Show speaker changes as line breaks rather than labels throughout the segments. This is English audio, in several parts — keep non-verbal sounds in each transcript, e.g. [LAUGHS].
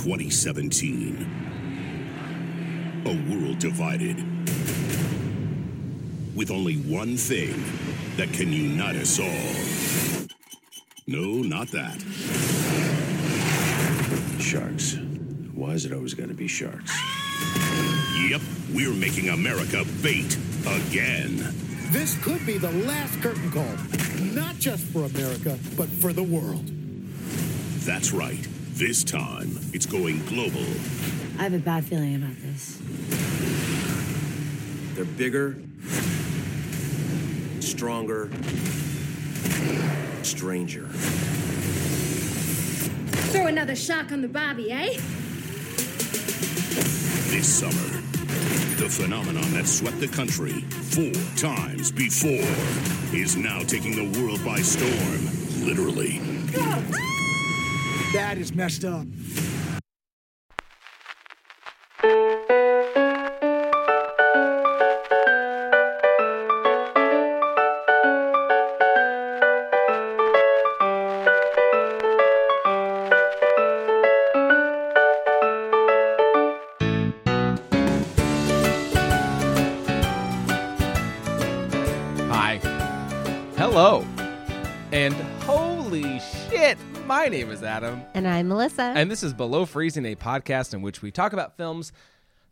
2017. A world divided. With only one thing that can unite us all. No, not that.
Sharks. Why is it always got to be sharks?
Yep, we're making America bait again.
This could be the last curtain call, not just for America, but for the world.
That's right. This time, it's going global.
I have a bad feeling about this.
They're bigger, stronger, stranger.
Throw another shock on the Bobby, eh?
This summer, the phenomenon that swept the country four times before is now taking the world by storm, literally.
That is messed up.
Hi. Hello. And holy shit, my name is Adam.
And I'm Melissa.
And this is Below Freezing, a podcast in which we talk about films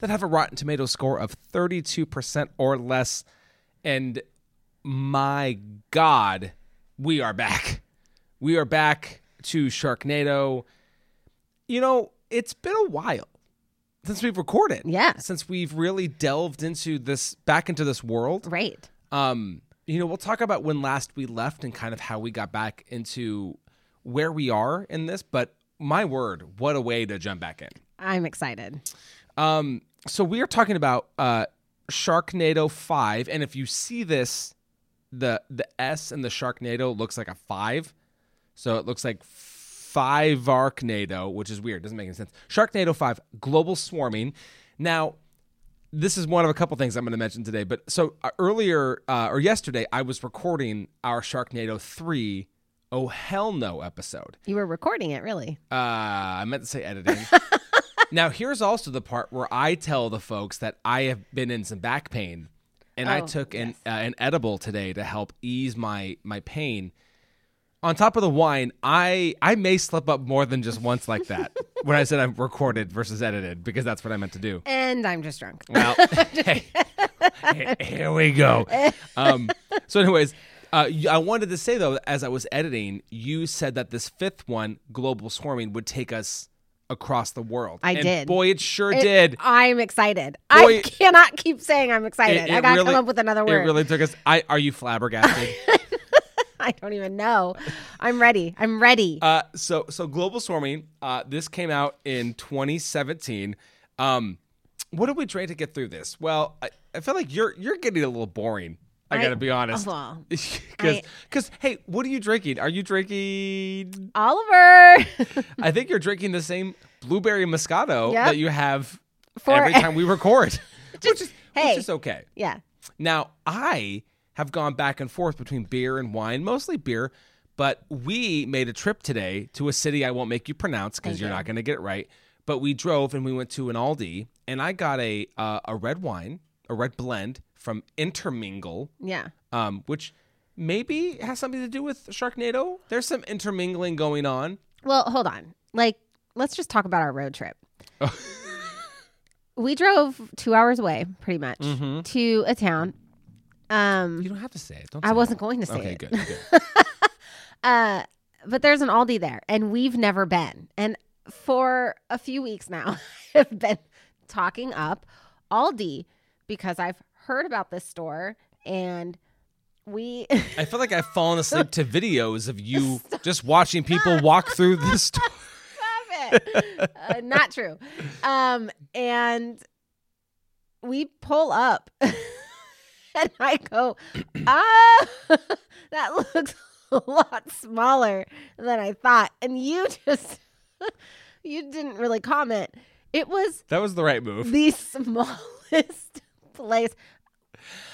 that have a Rotten Tomatoes score of 32% or less. And my God, we are back. We are back to Sharknado. You know, it's been a while since we've recorded.
Yeah.
Since we've really delved into this, back into this world.
right.
Um, you know, we'll talk about when last we left and kind of how we got back into where we are in this, but my word, what a way to jump back in.
I'm excited.
Um, so we are talking about uh Sharknado 5 and if you see this the the S in the Sharknado looks like a 5. So it looks like Five Arcnado, which is weird. Doesn't make any sense. Sharknado 5 Global Swarming. Now, this is one of a couple things I'm going to mention today. But so uh, earlier uh, or yesterday, I was recording our Sharknado 3 Oh Hell No episode.
You were recording it, really.
Uh, I meant to say editing. now, here's also the part where I tell the folks that I have been in some back pain, and I
Oh,
took an uh, an edible today to help ease my my pain. On top of the wine, I I may slip up more than just once like that when I said I'm recorded versus edited because that's what I meant to do.
And I'm just drunk. [LAUGHS]
Well, hey, he- here we go. Um, so, anyways, uh, y- I wanted to say though, as I was editing, you said that this fifth one, global swarming, would take us across the world.
I
And
did.
Boy, it sure
It-
did.
I'm excited.
Boy-
I cannot keep saying I'm excited.
It- it
I gotta
really-
come up with another
It
word.
really took us. I are you flabbergasted?
[LAUGHS] I don't even know. I'm ready. I'm ready.
Uh, so so global swarming. Uh, this came out in 2017. Um, what did we try to get through this? Well, I, I feel like you're you're getting a little boring. I,
I-
gotta be honest. [LAUGHS]
well,
Because,
I-
hey, what are you drinking? Are you drinking?
Oliver.
I think you're drinking the same blueberry moscato
Yep.
that you have
For- e-
every time we
[LAUGHS]
record, [LAUGHS] which is
hey.
which is okay.
yeah.
Now, I have gone back and forth between beer and wine, mostly beer, but we made a trip today to a city I won't make you pronounce because you're not going to get it right. But we drove and we went to an Aldi, and I got a uh, a red wine, a red blend from Intermingle,
Yeah.
um, which maybe has something to do with Sharknado. There's some intermingling going on.
Well, hold on. Like, let's just talk about our road
[LAUGHS]
trip. we drove two hours away, pretty much, to a town. Um,
Mm-hmm. You don't have to say it. Don't
I
say it.
wasn't going to say
Okay,
it.
good. good.
Uh, but there's an Aldi there, and we've never been. And for a few weeks now, [LAUGHS] I've been talking up Aldi because I've heard about this store, and we [LAUGHS]
I feel like I've fallen asleep to videos of you just watching people walk through this
[LAUGHS]
store.
love it. Uh, not true. Um, and we pull up, [LAUGHS] and I go, ah, that looks [LAUGHS] a lot smaller than I thought. And you [LAUGHS] just, you didn't really comment. It was
That was the right move.
the smallest [LAUGHS] place.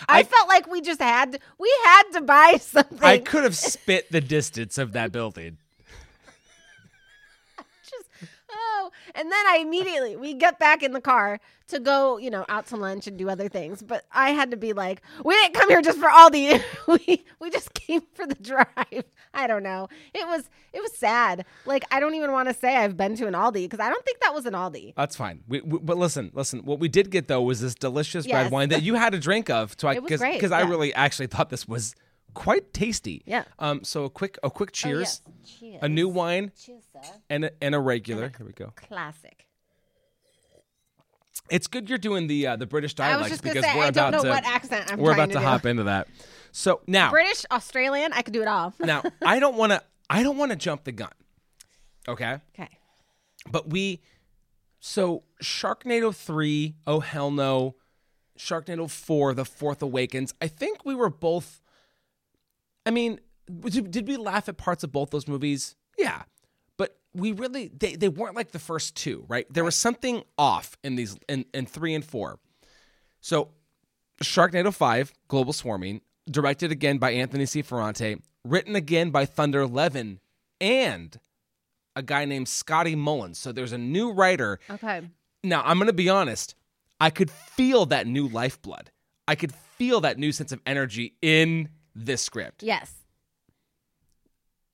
I,
I-
felt like we just had to, we had to buy [LAUGHS] something.
I could have spit the distance of that building.
[LAUGHS] just oh And then I immediately we get back in the car to go, you know, out to lunch and do other things. But I had to be like, we didn't come here just for Aldi. [LAUGHS] we we just came for the drive. I don't know. It was it was sad. Like I don't even want to say I've been to an Aldi because I don't think that was an Aldi.
That's fine. We, we, but listen, listen. What we did get though was this delicious
Yes.
red wine that you had a drink of. So I
It was
because
great,
I
yeah.
really actually thought this was quite tasty.
Yeah. Oh,
Um. So a quick a quick cheers.
Cheers.
A new wine
Cheers, sir.
and a, and a regular. Here we go.
Classic.
It's good you're doing the uh, the British
I
dialects
was just gonna
because
say
we're
I
about
don't know
to
what accent I'm
we're
trying
about to,
do.
hop into that. So now
British, Australian, I could do it all.
now I don't want to I don't want to jump the gun. Okay.
okay.
But we, so Sharknado 3, oh hell no, Sharknado 4, The Fourth Awakens. I think we were both, I mean, did, did we laugh at parts of both those movies? Yeah. But we really, they, they weren't like the first two, right? There was something off in these, in, in three and four. So Sharknado 5, Global Swarming, directed again by Anthony C. Ferrante, written again by Thunder Levin, and a guy named Scotty Mullins. So there's a new writer.
Okay.
Now, I'm going to be honest. I could feel that new lifeblood. I could feel that new sense of energy in this script.
Yes.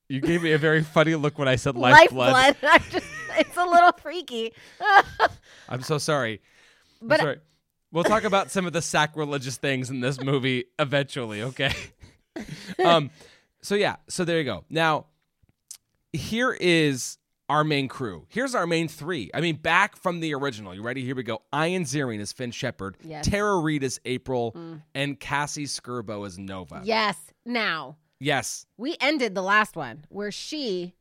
You gave me a very funny look when I
[LAUGHS]
said
Lifeblood. I just, it's a little freaky.
I'm so sorry.
But-
sorry. We'll talk about some of the sacrilegious things in this movie eventually,
[LAUGHS]
okay? um so yeah, so there you go. Now here is our main crew. Here's our main three. I mean, back from the original. You ready? Here we go. Ian Ziering is Finn Shepard.
Yes. Mm.
Tara Reid is April. And Cassie Skirbo is Nova.
yes. Now,
Yes.
we ended the last one where she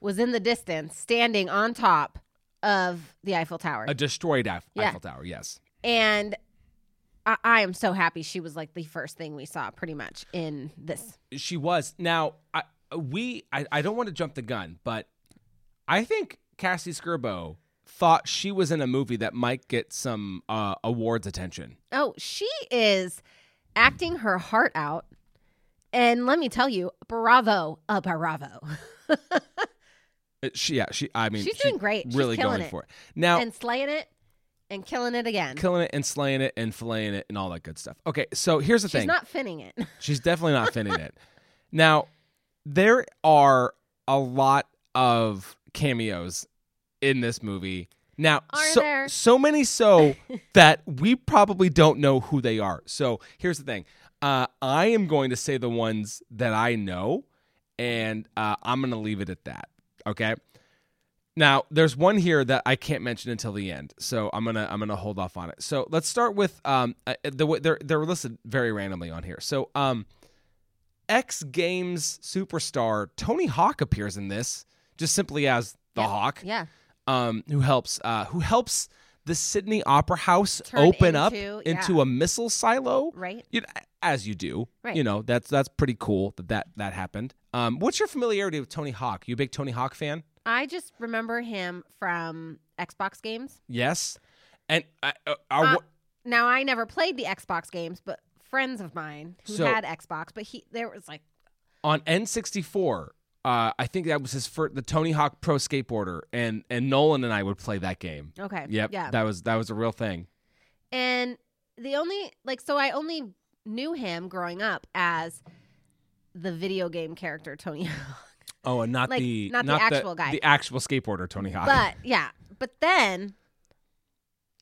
was in the distance standing on top of the Eiffel Tower.
A destroyed Eif-
Yeah.
Eiffel Tower. Yes.
and I, I am so happy she was like the first thing we saw pretty much in this.
She was. Now, I we I, I don't want to jump the gun, but I think Cassie Skirbo thought she was in a movie that might get some uh, awards attention.
Oh, she is acting her heart out. And let me tell you, bravo, a bravo.
Uh, She, yeah, she. I mean,
She's
she
doing great. She's
Really
killing
going
it.
for it now,
and slaying it and killing it again.
killing it and slaying it and filleting it and all that good stuff. Okay, so here's the
She's
thing.
not finning it.
She's definitely not finning it. Now, there are a lot of cameos in this movie. Now,
Are
so,
there?
so many
[LAUGHS]
so that we probably don't know who they are. So here's the thing uh, I am going to say the ones that I know, and uh, I'm going to leave it at that. Okay. Now, there's one here that I can't mention until the end, so I'm gonna I'm gonna hold off on it. So let's start with um uh, the way- they're they're listed very randomly on here. So um, X Games superstar Tony Hawk appears in this just simply as the Hawk,
yeah.
um, who helps uh who helps the Sydney Opera House
Turn
open up
into-
into
yeah.
a missile silo,
Right.
You know, as you do,
Right.
You know that's that's pretty cool that that that happened. Um, what's your familiarity with Tony Hawk? You a big Tony Hawk fan?
[LAUGHS] I just remember him from Xbox games.
Yes. And I, uh, I
Uh,
wa-
now I never played the Xbox games, but friends of mine who
So-
had Xbox, but he there was like
on N64, uh, I think that was his first, the Tony Hawk Pro Skateboarder, and and Nolan and I would play that game.
okay,
Yep,
yeah,
that was that was a real thing.
and the only like so I only knew him growing up as the video game character Tony,
[LAUGHS] Oh, and not
Like,
the
not the actual guy.
the actual skateboarder Tony Hawk.
but yeah, but then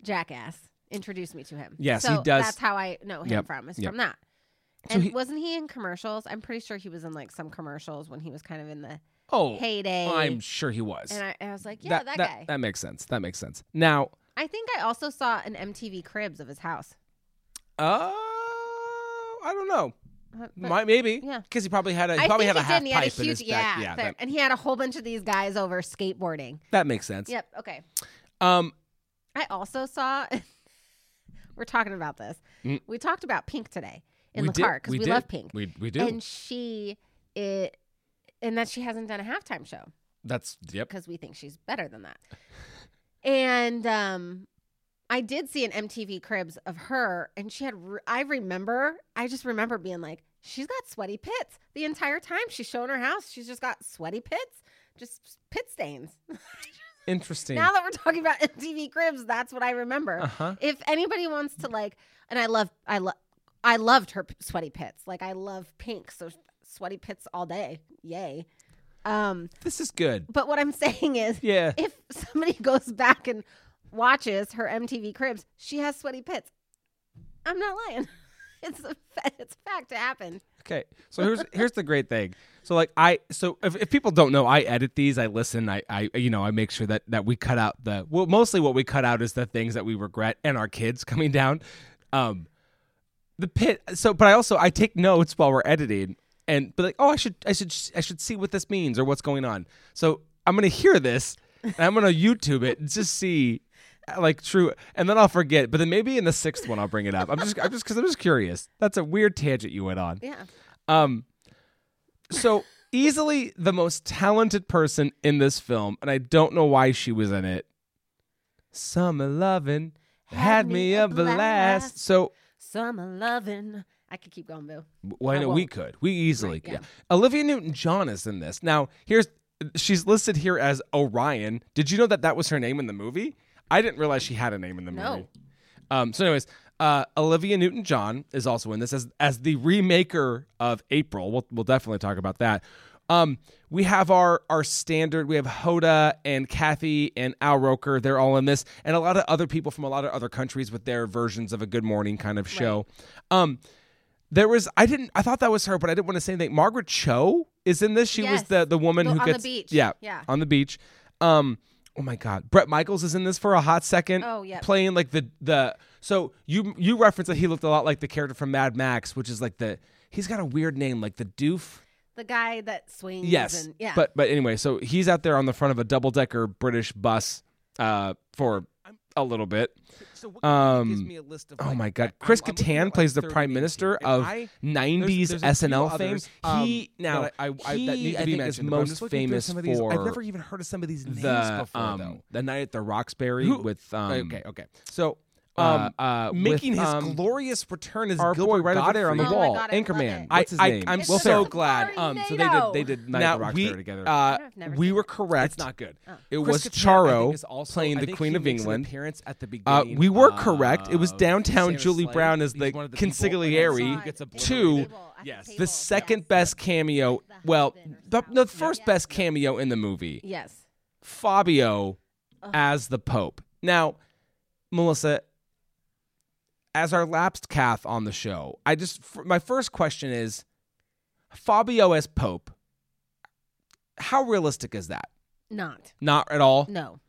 Jackass introduced me to him.
Yes, he
so
does-
That's how I know him
Yep,
from is
yep.
from that.
So
And
he-
wasn't he in commercials? I'm pretty sure he was in like some commercials when he was kind of in the
[LAUGHS] oh,
heyday.
I'm sure he was.
and I, I was like, yeah, that,
that
guy.
that makes sense. That makes sense. Now,
I think I also saw an MTV Cribs of his house.
uh, I don't know. Might maybe,
Uh, yeah.
because he probably had a he
I
probably
think
had a half
he did. and He had a
pipe in
huge,
his
yeah,
back. Yeah,
fair.
that,
and he had a whole bunch of these guys over skateboarding.
that makes sense.
Yep. Okay.
Um,
I also saw. [LAUGHS] we're talking about this. We talked about Pink today in
Mm. we
the
did-
car because we,
did.
love Pink.
We we do.
And she it, and that she hasn't done a halftime show.
That's yep.
because we think she's better than that. and um, I did see an MTV Cribs of her, and she had. r I I remember. I just remember being like, she's got sweaty pits the entire time she's showing her house. She's just got sweaty pits, just pit stains.
Interesting.
Now that we're talking about MTV Cribs, that's what I remember.
Uh-huh.
If anybody wants to like, and I love, I love, I loved her p- sweaty pits. Like I love pink, so sweaty pits all day. Yay. Um,
this is good.
but what I'm [LAUGHS] saying is,
[LAUGHS] Yeah.
if somebody [LAUGHS] goes back and watches her MTV Cribs, she has sweaty pits. I'm not lying. [LAUGHS] It's a fa- it's a fact. It happened.
Okay. So here's here's the great thing. So like I so if, if people don't know, I edit these, I listen, I, I you know, I make sure that that we cut out the well mostly what we cut out is the things that we regret and our kids [LAUGHS] coming down. Um the pit so but I also I take notes while we're editing and be like, "Oh, I should I should I should see what this means or what's going on." So I'm going to hear this and I'm going to YouTube it and just see uh, like true and then I'll forget, but then maybe in the sixth one I'll bring it up. I'm just I'm just cuz I'm just curious. That's a weird tangent you went on.
Yeah.
Um, so easily the most talented person in this film, and I don't know why she was in it. Summer lovin' had, me a blast. So
Summer loving. I could keep going, boo.
why
I
no? We
won't.
could. We easily.
Right,
yeah.
yeah.
Olivia Newton-John is in this. Now here's she's listed here as Orion. Did you know that that was her name in the movie? I didn't realize she had a name in the
No.
movie. Um, so, anyways, uh, Olivia Newton John is also in this as as the remaker of April. We'll we'll definitely talk about that. Um, we have our our standard. We have Hoda and Kathy and Al Roker. They're all in this, and a lot of other people from a lot of other countries with their versions of a Good Morning kind of show. Um, there was I didn't I thought that was her, but I didn't want to say anything. Margaret Cho is in this. She was
Yes.
the the woman
The-
who
on the
gets
beach.
Yeah,
Yeah.
on the beach. Um, oh my God, Brett Michaels is in this for a hot second.
Oh, yep.
playing like the the. So you you referenced that he looked a lot like the character from Mad Max, which is like the he's got a weird name like the Doof.
The guy that swings.
Yes,
And, yeah.
But but anyway, so he's out there on the front of a double decker British bus, uh, for a little bit.
So what
Um,
gives me a list of
Oh
like-
my
I'm-
God! Chris
I'm looking at,
Kattan
like,
plays the
30
Prime
names
Minister
here, and
of
I-
'90s
there's- there's a few
SNL fame.
others, um,
he now
that I- I-
he,
that need to be
think, is
mentioned, but I'm
most
just looking through
famous
some of these.
for
I've never even heard of some of these names
the
before,
um,
though.
the night at the Roxbury
Who-
with um,
okay, okay.
So
Um,
uh, uh,
Making
with,
his
um,
glorious return is
our boy
Gilbert
right over there on the
Oh my
wall,
God, I love
Anchorman.
it.
I-
What's his
I,
name?
I'm
It's
so
so
glad.
funny.
Um,
Safari
so they did they
Nato.
did Night at now the we Roxbury together. uh,
I've never
we
seen
were
it. Oh.
correct.
It's not good.
It
Chris
was
Kattan, I think,
Charo
is also-
playing
I
the
think
Queen
he
of
makes an
England.
appearance at the
Uh,
beginning.
we were
of
correct. It was downtown
Sarah
Julie
Slade.
Brown as
He's
the
one of the people-
consigliere
Who gets a bullet
to
wound.
Yes.
the second best cameo. Well, the, the first best cameo in the movie.
Yes.
Fabio as the Pope. Now, Melissa, as our lapsed calf on the show, I just f- my first question is Fabio as Pope. How realistic is that?
Not.
Not at all.
No.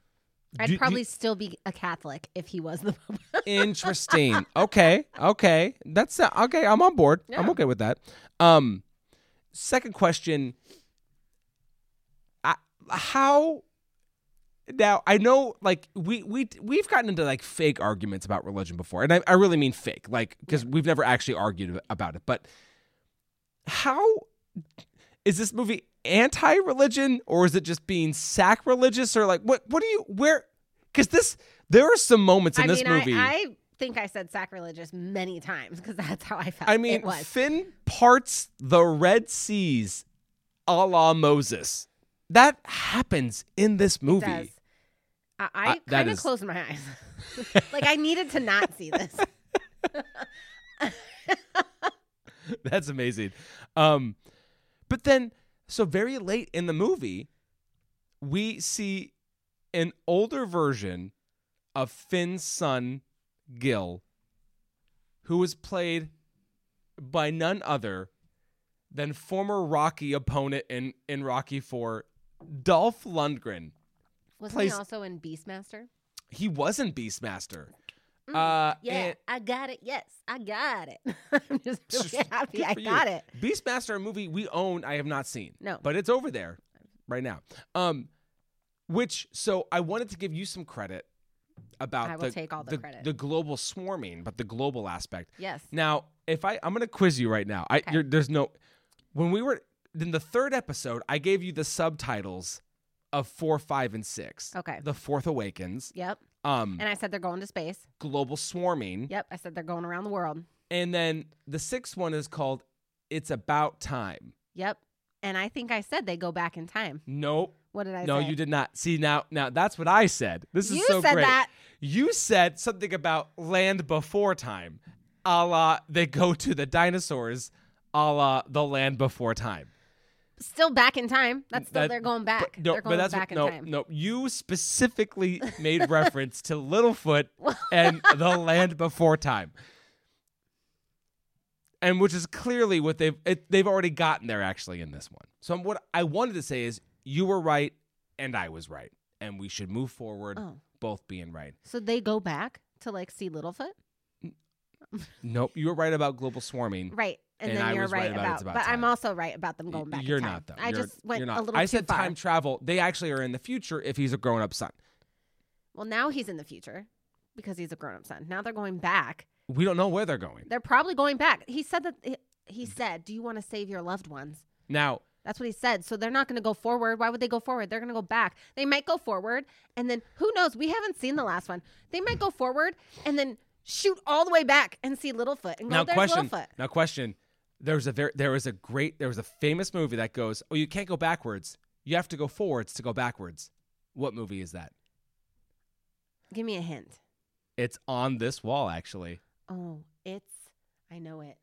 Do-
I'd
do-
probably still be a Catholic if he was the [LAUGHS] Pope.
Interesting. okay. Okay. That's uh, okay. I'm on board. I'm
Yeah.
okay with that. Um, second question. I, how now I know like we we we've gotten into like fake arguments about religion before, and I, I really mean fake, like because we've never actually argued about it. But how is this movie anti-religion or is it just being sacrilegious or like what what do you where? Because this there are some moments in
I
this
mean,
movie.
I, I think I said sacrilegious many times because that's how I felt.
I mean,
it was.
Finn parts the Red Seas a la Moses. That happens in this movie.
does. I,
Uh,
I
that
kind of
is-
closed my eyes. like I needed to not
[LAUGHS]
see this.
[LAUGHS] That's amazing. Um, but then, so very late in the movie, we see an older version of Finn's son, Gil, who was played by none other than former Rocky opponent in, in Rocky 4, Dolph Lundgren.
Wasn't
Plays-
he also in Beastmaster?
He wasn't Beastmaster. Uh,
Mm, Yeah, [LAUGHS]
and-
I got it. Yes, I
[LAUGHS]
got it. I'm just really happy
Good
I
for you.
got it.
Beastmaster, a movie we own, I have not seen.
No.
But it's over there right now. Um, which so I wanted to give you some credit about
I will
the,
take all the credit.
the global swarming, but the global aspect.
Yes.
Now, if I I'm gonna quiz you right now. I you're, there's no when we were in the third episode, I gave you the subtitles of four, five, and six.
Okay.
The Fourth Awakens.
Yep.
Um,
And I said they're going to space.
global swarming.
Yep. I said they're going around the world.
And then the sixth one is called "It's About Time."
Yep. And I think I said they go back in time.
Nope.
What did I
No,
say?
you did not. See now, now that's what I said. This is
You
so
said
great.
that.
You said something about land before time, a la they go to the dinosaurs, a la the land before time.
Still back in time. That's still
That-
they're going back.
But, no,
they're
but
going
that's what-
back in
no,
time.
no. You specifically made reference to
[LAUGHS]
Littlefoot and the land before time, and which is clearly what they've it, they've already gotten there actually in this one. So what I wanted to say is you were right and I was right, and we should move forward,
Oh.
both being right.
So they go back to like see Littlefoot.
Nope, you were right about global swarming.
Right. And,
And
then
I
you're
was right
right,
about it's about
but
time.
I'm also right about them going
Y-
back. in
You're
time.
not though.
I
You're-
just went
you're not.
a little
I
too
said
far.
time travel. They actually are in the future if he's a grown up son.
well, now he's in the future because he's a grown-up son. Now they're going back.
We don't know where they're going
They're probably going back. He said that he, he said, "Do you want to save your loved ones?"
now.
That's what he said. So they're not going to go forward. Why would they go forward? They're going to go back. They might go forward, and then who knows? We haven't seen the last one. They might go forward and then shoot all the way back and see Littlefoot and go,
now
"There's
question
Littlefoot."
now question there was a very there was a great there was a famous movie that goes oh you can't go backwards you have to go forwards to go backwards what movie is that
Give me a hint.
it's on this wall actually
Oh, it's I know it.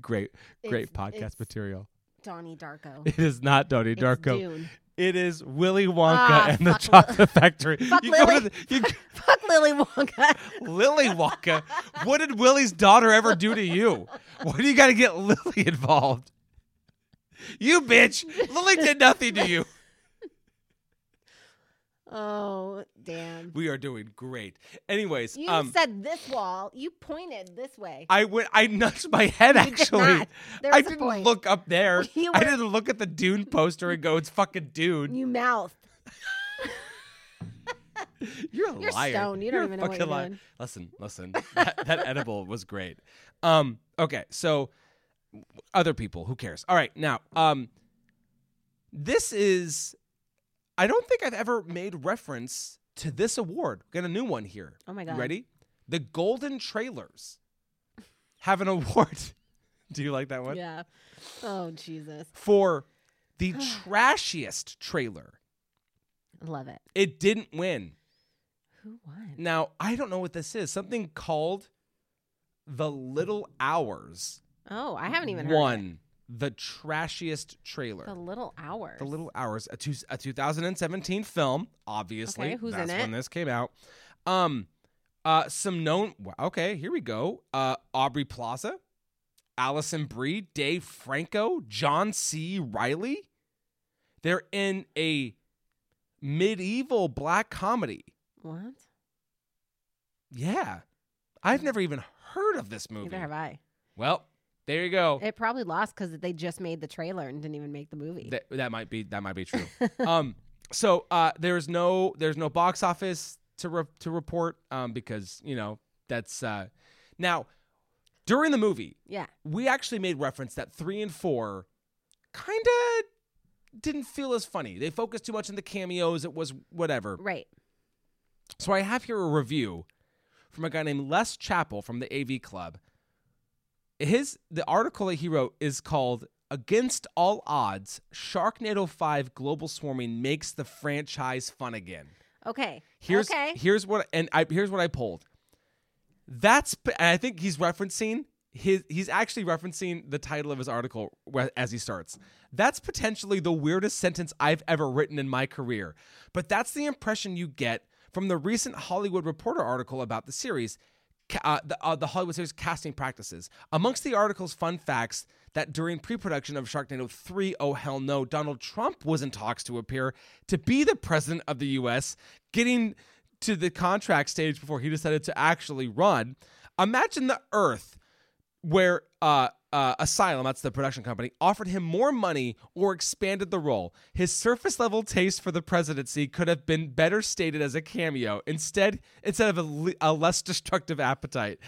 great great
It's-
podcast
it's-
material [LAUGHS]
Donnie Darko.
it is not Donnie
It's
Darko
Dune. [LAUGHS]
it is Willy Wonka
Ah,
and the
fuck Li-
Chocolate
[LAUGHS]
Factory
Fuck
you go to
Lily.
the, you,
Fuck Lily Wonka.
Lily Wonka what did Willy's daughter ever do to you why do you got to get Lily involved you bitch Lily did nothing to you
Oh, damn.
We are doing great. Anyways,
You
um,
said this wall. You pointed this way.
I went. I nudged my
[LAUGHS]
head.
did
Actually,
not. There
I
was a
didn't
point.
look up there.
[LAUGHS] You
I
were-
didn't look at the Dune poster and go, "It's fucking Dune."
you mouthed.
You're a
you're
liar.
stoned. You don't
You're a
even know what
fucking
you're
liar.
doing.
Listen, listen. That, that [LAUGHS] edible was great. Um. Okay. So, other people. Who cares? All right. Now, um, this is. I don't think I've ever made reference to this award. Got a new one here.
Oh my
You
God.
ready? The Golden Trailers have an [LAUGHS] award. Do you like that one?
Yeah. Oh, Jesus.
For
[GASPS]
the trashiest trailer.
I love it.
It didn't win.
Who won?
Now, I don't know what this is. Something called The Little Hours
Oh, I haven't even heard. of it.
won the trashiest trailer.
The Little Hours.
The Little Hours, a, two, a 2017 film, obviously.
Okay, who's in
That's when
it?
this came out. Um, uh, some known. wow, Okay, here we go. Uh, Aubrey Plaza, Allison Brie, Dave Franco, John C. Riley. They're in a medieval black comedy.
What?
Yeah, I've never even heard of this movie.
Neither have I.
Well, there you go.
It probably lost because they just made the trailer and didn't even make the movie.
That, that might be that might be true. um, so uh, there's no there's no box office to re- to report um, because you know that's uh, now during the movie
yeah.
we actually made reference that three and four kind of didn't feel as funny. They focused too much on the cameos. It was whatever.
Right.
So I have here a review from a guy named Les Chappell from the AV Club. His the article that he wrote is called "Against All Odds: Sharknado 5 Global Swarming Makes the Franchise Fun Again."
Okay.
Here's
okay.
here's what and I here's what I pulled. That's and I think he's referencing his he's actually referencing the title of his article wh- as he starts. That's potentially the weirdest sentence I've ever written in my career, but that's the impression you get from the recent Hollywood Reporter article about the series. ca- Uh, the, uh, the Hollywood series casting practices. Amongst the article's fun facts that during pre-production of Sharknado 3, oh hell no, Donald Trump was in talks to appear to be the president of the U.S., getting to the contract stage before he decided to actually run. Imagine the Earth where uh, uh, Asylum, that's the production company, offered him more money or expanded the role. His surface level taste for the presidency could have been better stated as a cameo instead instead of a, le- a less destructive appetite.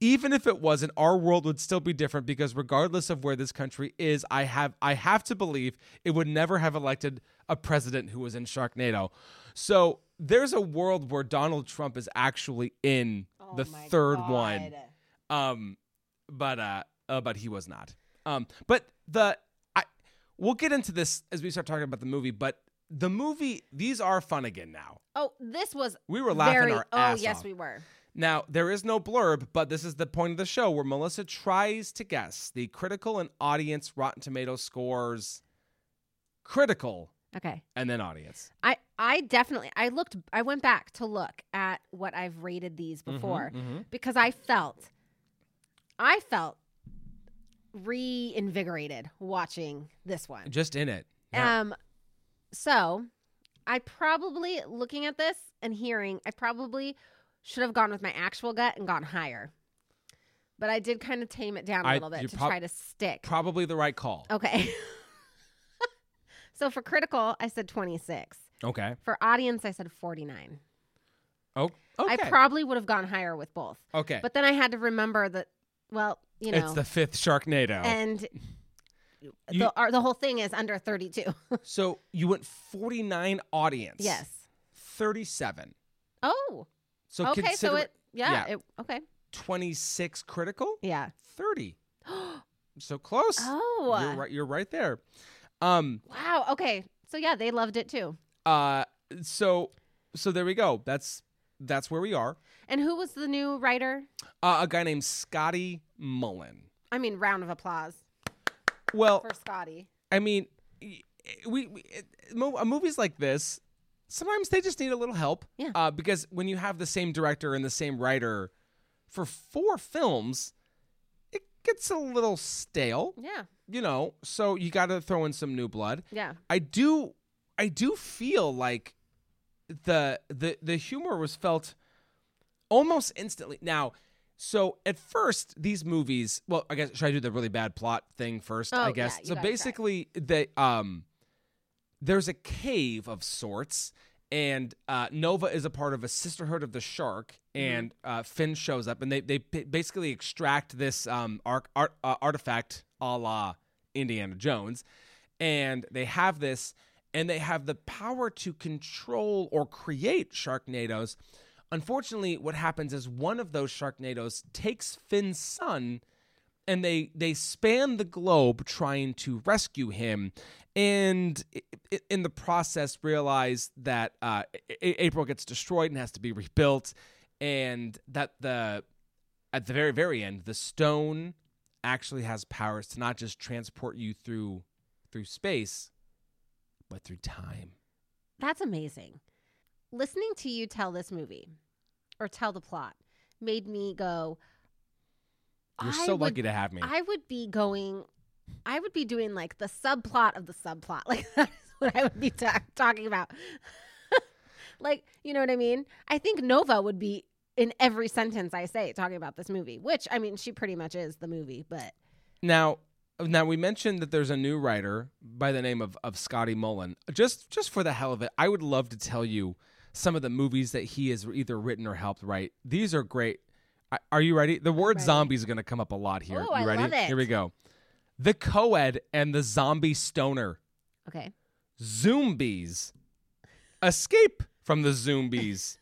Even if it wasn't, our world would still be different because regardless of where this country is, I have I have to believe it would never have elected a president who was in Sharknado. So there's a world where Donald Trump is actually in the third one. Um, but uh, uh but he was not um but the i we'll get into this as we start talking about the movie, but the movie, these are fun again now.
Oh, this was
We were laughing
very,
our
Oh,
ass
yes,
off.
we were.
Now, there is no blurb, but this is the point of the show where Melissa tries to guess the critical and audience Rotten Tomatoes scores critical
Okay.
and then audience.
I I definitely I looked I went back to look at what I've rated these
Mm-hmm,
before because I felt I felt reinvigorated watching this one.
Just in it. Yeah.
Um so I probably looking at this and hearing I probably should have gone with my actual gut and gone higher. But I did kind of tame it down a
I-
little
you
bit to
prob-
try to stick.
Probably the right call.
Okay. [LAUGHS] so for critical, I said 26.
Okay.
For audience, I said 49.
Oh, okay.
I probably would have gone higher with both.
okay.
But then I had to remember that, well, you know,
it's the fifth Sharknado.
and
You-
the, our, the whole thing is under 32. [LAUGHS]
so you went 49 audience.
yes.
37.
Oh,
So
okay. So
consider
it, yeah,
yeah.
It, okay.
26 critical,
Yeah. [GASPS]
30. so close.
Oh.
You're right, you're right there. Um
Wow. Okay. So yeah, they loved it too.
uh so so there we go. That's that's where we are.
And who was the new writer?
Uh, a guy named Scotty Mullen.
I mean, round of applause
Well,
for Scotty.
I mean, y- we, we it, mo- uh, movies like this sometimes they just need a little help.
Yeah.
Uh, because when you have the same director and the same writer for four films, it gets a little stale.
Yeah.
You know, so you got to throw in some new blood.
Yeah.
I do, I do feel like the the the humor was felt almost instantly. Now, so at first, these movies. Well, I guess should I do the really bad plot thing first?
Oh,
I
yeah,
guess.
you
so
gotta try it.
basically, they um, there's a cave of sorts, and uh, Nova is a part of a Sisterhood of the Shark, and uh, Finn shows up, and they they ba- basically extract this um arc, art, uh, artifact a la Indiana Jones, and they have this. And they have the power to control or create sharknadoes, Unfortunately, what happens is one of those Sharknadoes takes Finn's son and they they span the globe trying to rescue him and i- i- in the process realize that uh, A- A- April gets destroyed and has to be rebuilt and that the at the very very end the stone actually has powers to not just transport you through through space but through time.
That's amazing. Listening to you tell this movie or tell the plot made me go.
You're
I
so
would-
lucky to have me.
I would be going. I would be doing like the subplot of the subplot. [LAUGHS] Like that's what I would be ta- talking about. [LAUGHS] like you know what I mean? I think Nova would be in every sentence I say talking about this movie. Which I mean, she pretty much is the movie. But
Now, now we mentioned that there's a new writer by the name of, of Scotty Mullen. Just just for the hell of it, I would love to tell you some of the movies that he has either written or helped write. These are great. I- Are you ready? The word zombie is going to come up a lot here.
Ooh,
you
Oh, I
ready?
love it.
Here we go. The Coed and the Zombie Stoner.
okay,
Zombies. Escape from the
[LAUGHS]
Zombies.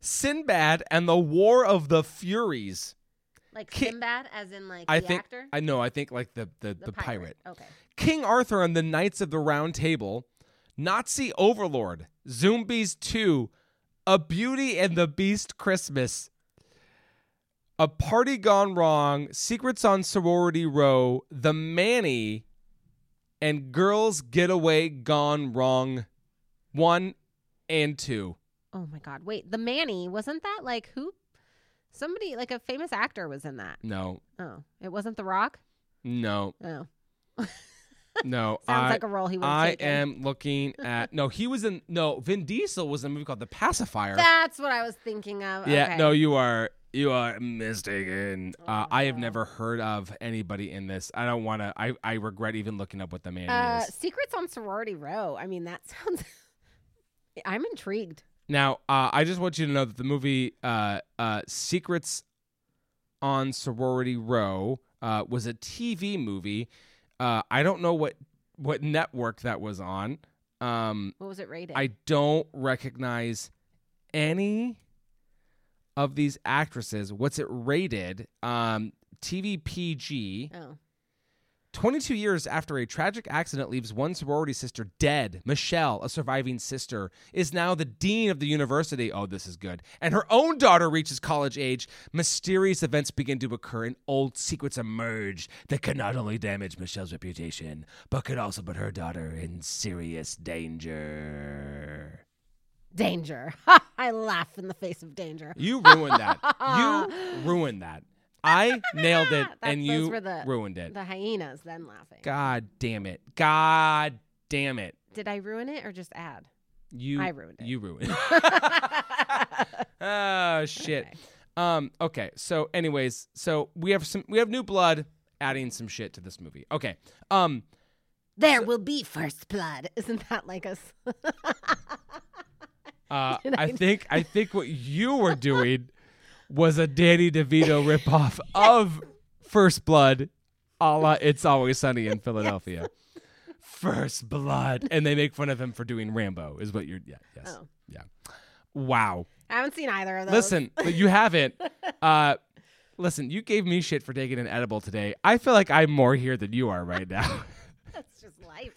Sinbad and the War of the Furies.
like
Ki-
Sinbad, as in like
I
the
think
actor,
I know, I think like the the, the, pirate.
Okay,
King Arthur and the Knights of the Round Table, Nazi Overlord, Zombies 2, A Beauty and the Beast Christmas, A Party Gone Wrong, Secrets on Sorority Row, The Manny, and Girls Getaway Gone Wrong 1 and 2.
Oh my God! Wait, the Manny wasn't that like who? Somebody like a famous actor was in that.
No,
Oh, it wasn't The Rock.
no,
Oh,
no.
[LAUGHS] sounds
I,
like a role he would. have
I
taken.
am looking at no. He was in no. Vin Diesel was in a movie called The Pacifier.
That's what I was thinking of.
Yeah,
Okay.
no, you are you are mistaken. Uh, I
Oh.
have never heard of anybody in this. I don't want to. I I regret even looking up what the man
Uh,
is.
Secrets on Sorority Row. I mean, that [LAUGHS] sounds. I'm intrigued.
Now, uh, I just want you to know that the movie uh, uh, Secrets on Sorority Row uh, was a TV movie. Uh, I don't know what what network that was on. Um,
What was it rated?
I don't recognize any of these actresses. What's it rated? Um, TV PG.
oh,
22 years after a tragic accident leaves one sorority sister dead, Michelle, a surviving sister, is now the dean of the university. Oh, this is good. And her own daughter reaches college age. Mysterious events begin to occur and old secrets emerge that can not only damage Michelle's reputation, but could also put her daughter in serious danger.
Danger. [LAUGHS] I laugh in the face of danger.
You ruined that.
[LAUGHS]
you ruined that. I nailed it,
That's-
and
those
you
were the-
ruined it.
The hyenas then laughing.
God damn it. God damn it.
Did I ruin it or just add?
You
I ruined it.
You
[LAUGHS]
ruined it. [LAUGHS] oh shit. Um okay. So anyways, so we have some we have new blood adding some shit to this movie. Okay. Um
There will be first blood. [LAUGHS] Isn't that like us? [LAUGHS]
uh, I think I think what you were doing was a Danny DeVito ripoff of First Blood, a la It's Always Sunny in
[LAUGHS]
Philadelphia. First Blood, and they make fun of him for doing Rambo. Is what you're? Yeah. Yes.
Oh.
Yeah. Wow.
I haven't seen either of those.
Listen, you haven't. Uh, listen, you gave me shit for taking an edible today. I feel like I'm more here than you are right now.
[LAUGHS]
[LAUGHS]
That's just life.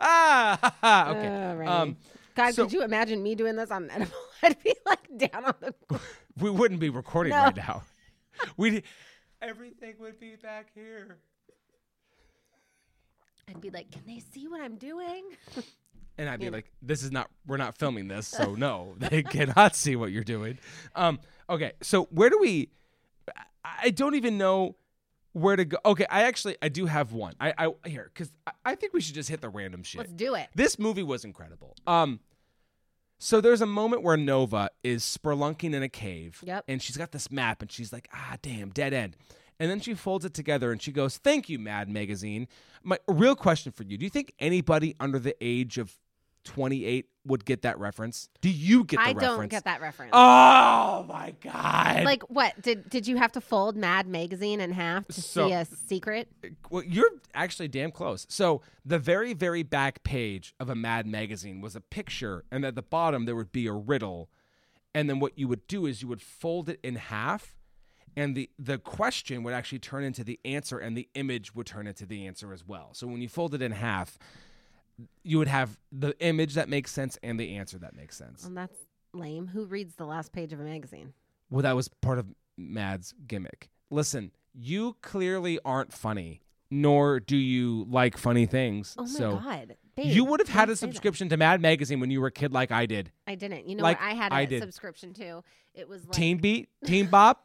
ah, ha, ha, okay.
Alrighty.
Um,
God,
so-
could you imagine me doing this on an edible? [LAUGHS] I'd be like down on the ground.
we wouldn't be recording
No.
right now. [LAUGHS] We everything would be back here.
I'd be like, can they see what I'm doing? [LAUGHS]
And I'd be like, "This is not. We're not filming this, so no, [LAUGHS] they cannot see what you're doing." Um, okay, so where do we? I- I don't even know where to go. Okay, I actually I do have one. I I here because I, I think we should just hit the random shit.
Let's do it.
This movie was incredible. Um, so there's a moment where Nova is spelunking in a cave,
Yep.
and she's got this map, and she's like, "Ah, damn, dead end." And then she folds it together, and she goes, "Thank you, Mad Magazine." My real question for you: Do you think anybody under the age of 28 would get that reference? Do you get the
I
reference?
don't get that reference.
Oh my god!
[LAUGHS] like what? Did did you have to fold Mad Magazine in half to
So-
see a secret?
well, you're actually damn close. So the very, very back page of a Mad magazine was a picture, and at the bottom there would be a riddle, and then what you would do is you would fold it in half, and the the question would actually turn into the answer, and the image would turn into the answer as well. So when you fold it in half, you would have the image that makes sense and the answer that makes sense.
Well, Oh, that's lame. Who reads the last page of a magazine?
Well, that was part of Mad's gimmick. Listen, you clearly aren't funny, nor do you like funny things.
Oh my
so
god, babe,
you would have had
don't
a
say that.
subscription to Mad Magazine when you were a kid, like I did.
I didn't. You know
Like
what? I had a
I did.
subscription too. It was like
Teen
[LAUGHS]
Beat, Teen Bop,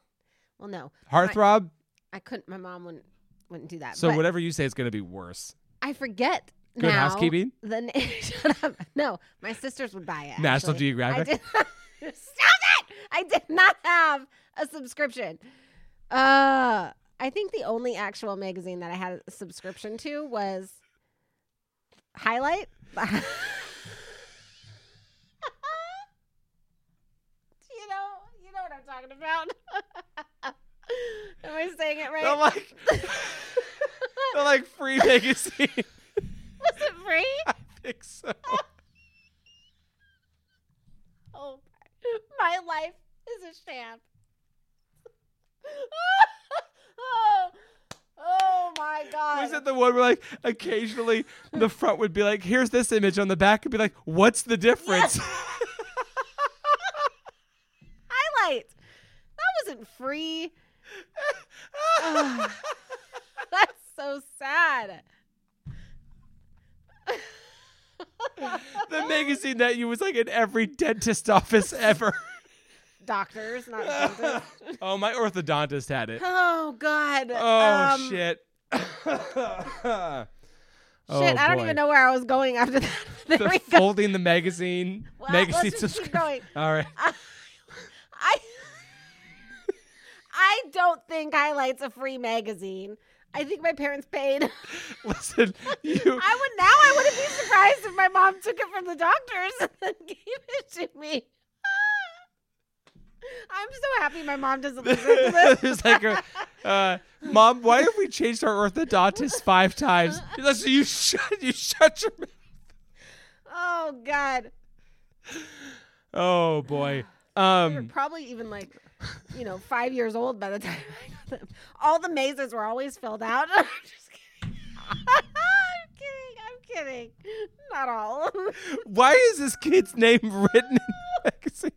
Well, no,
Heartthrob.
I couldn't. My mom wouldn't wouldn't do that.
So
but
whatever you say is going to be
[LAUGHS]
worse.
I forget.
Good
now
Housekeeping?
The na- [LAUGHS] shut up. No, my sisters would buy it.
National
actually.
Geographic?
I did- [LAUGHS] Stop it! I did not have a subscription. Uh, I think the only actual magazine that I had a subscription to was Highlight. [LAUGHS] You know, you know what I'm talking about. [LAUGHS] Am I saying it right?
They're like, they're like
[LAUGHS]
free magazine. [LAUGHS]
Was it free?
I think so.
Oh, my life is a sham. [LAUGHS] oh, oh my God.
Was it the one where like occasionally the front would be like, "Here's this image," on the back would be like, "What's the difference?" [LAUGHS]
highlight? That wasn't
[LAUGHS]
free. [LAUGHS] Ugh. that's so sad.
the magazine that you was like in every dentist [LAUGHS] office ever.
Doctors, not
[LAUGHS]
dentists.
oh, my orthodontist had it.
Oh God.
Oh
Um,
shit.
[COUGHS]
Oh,
Shit, I don't even know where I was going after that. [LAUGHS] There we
The
go.
folding the magazine,
[LAUGHS] Well,
magazine
let's just keep
subscription. [LAUGHS]
going.
All
[LAUGHS]
right.
I [LAUGHS] I don't think Highlight's a free magazine. I think my parents paid. I
Listen, you. [LAUGHS]
would now I wouldn't be surprised if my mom took it from the doctors [LAUGHS] and then gave it to me. [LAUGHS] I'm so happy my mom doesn't
[LAUGHS]
listen to this.
It's like a, uh, mom, why have we changed our orthodontist five
[LAUGHS]
times? Listen, you shut, you shut your. mouth.
Oh God.
Oh boy.
they were
Um,
probably even like, you know, five years old by the time I got them. All the mazes were always
[LAUGHS]
filled out. I'm just kidding. I'm kidding. I'm kidding. Not all.
[LAUGHS]
why is this kid's name [LAUGHS] written in the magazine?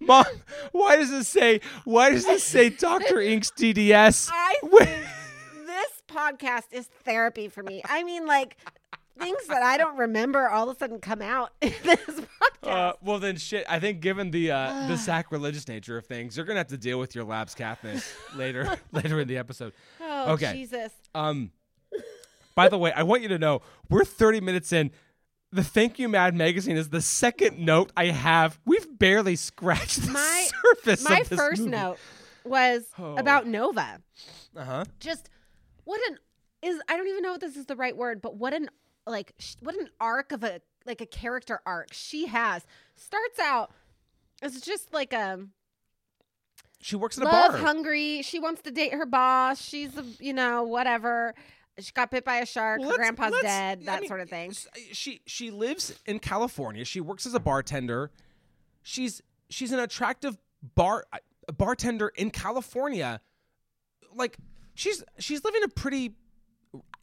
Mom, why does this say? Why does this say Doctor Inks DDS?
I
[LAUGHS] Wait.
think this podcast is therapy for me. I mean, like things that I don't remember all of a sudden come out [LAUGHS] in this podcast.
Uh, well then, shit. I think given the uh,
[SIGHS]
the sacrilegious nature of things, you're gonna have to deal with your lab's
[LAUGHS]
catness later later in the episode.
oh,
okay. [LAUGHS]
Jesus.
Um, by the way, I want you to know we're 30 minutes in. The Thank You Mad magazine is the second note I have. We've barely scratched the
My-
[LAUGHS] surface.
My
of this
first
movie.
note was
Oh.
about Nova.
Uh huh.
just what an is I don't even know if this is the right word, but what an like sh- what an arc of a like a character arc she has. Starts out as just like um, a
She works at a
love
bar.
hungry. She wants to date her boss. She's a, you know whatever. She got bit by a shark.
Well,
her
let's-
grandpa's
let's-
dead.
I
That
mean, eh,
sort of thing.
s- She she lives in California. She works as a bartender. She's she's an attractive bar eh, a bartender in California. Like she's she's living a pretty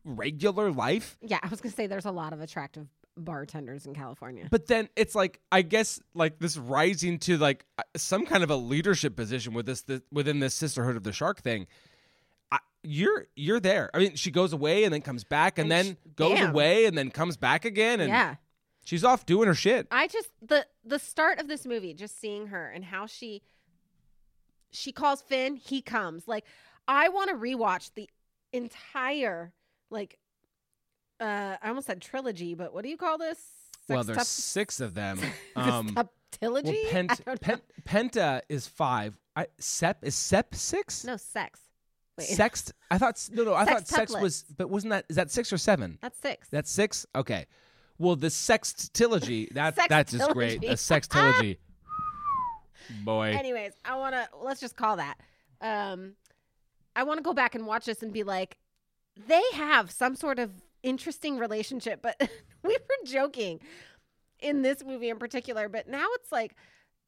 regular life.
Yeah, I was gonna say there's a lot of attractive bartenders in California.
But then it's like I guess like this rising to like uh, some kind of a leadership position with this, this within this sisterhood of the shark thing. I, you're you're there. I mean, she goes away and then comes back and,
And
then
sh-
goes
damn.
away and then comes back again and
yeah,
she's off doing her shit.
I just the the start of this movie, just seeing her and how she she calls Finn, he comes. Like I want to rewatch the entire like uh I almost said trilogy, but what do you call this?
well, there's
Sextup-
six of
[LAUGHS]
them. Um, well,
sextuplology? [LAUGHS] I
pent,
don't know.
pent, penta is five. I, sep is sep six.
no sex. Wait,
Sext. I thought s- no, no. I thought sex
Sextuplets.
was, but wasn't that is that six or seven?
that's six.
That's six. Okay. Well, the
[LAUGHS]
sextilogy. That that's just great. The sextilogy. Boy.
Anyways, I want to let's just call that. Um, I want to go back and watch this and be like, they have some sort of interesting relationship, but [LAUGHS] we were joking in this movie in particular. But now it's like,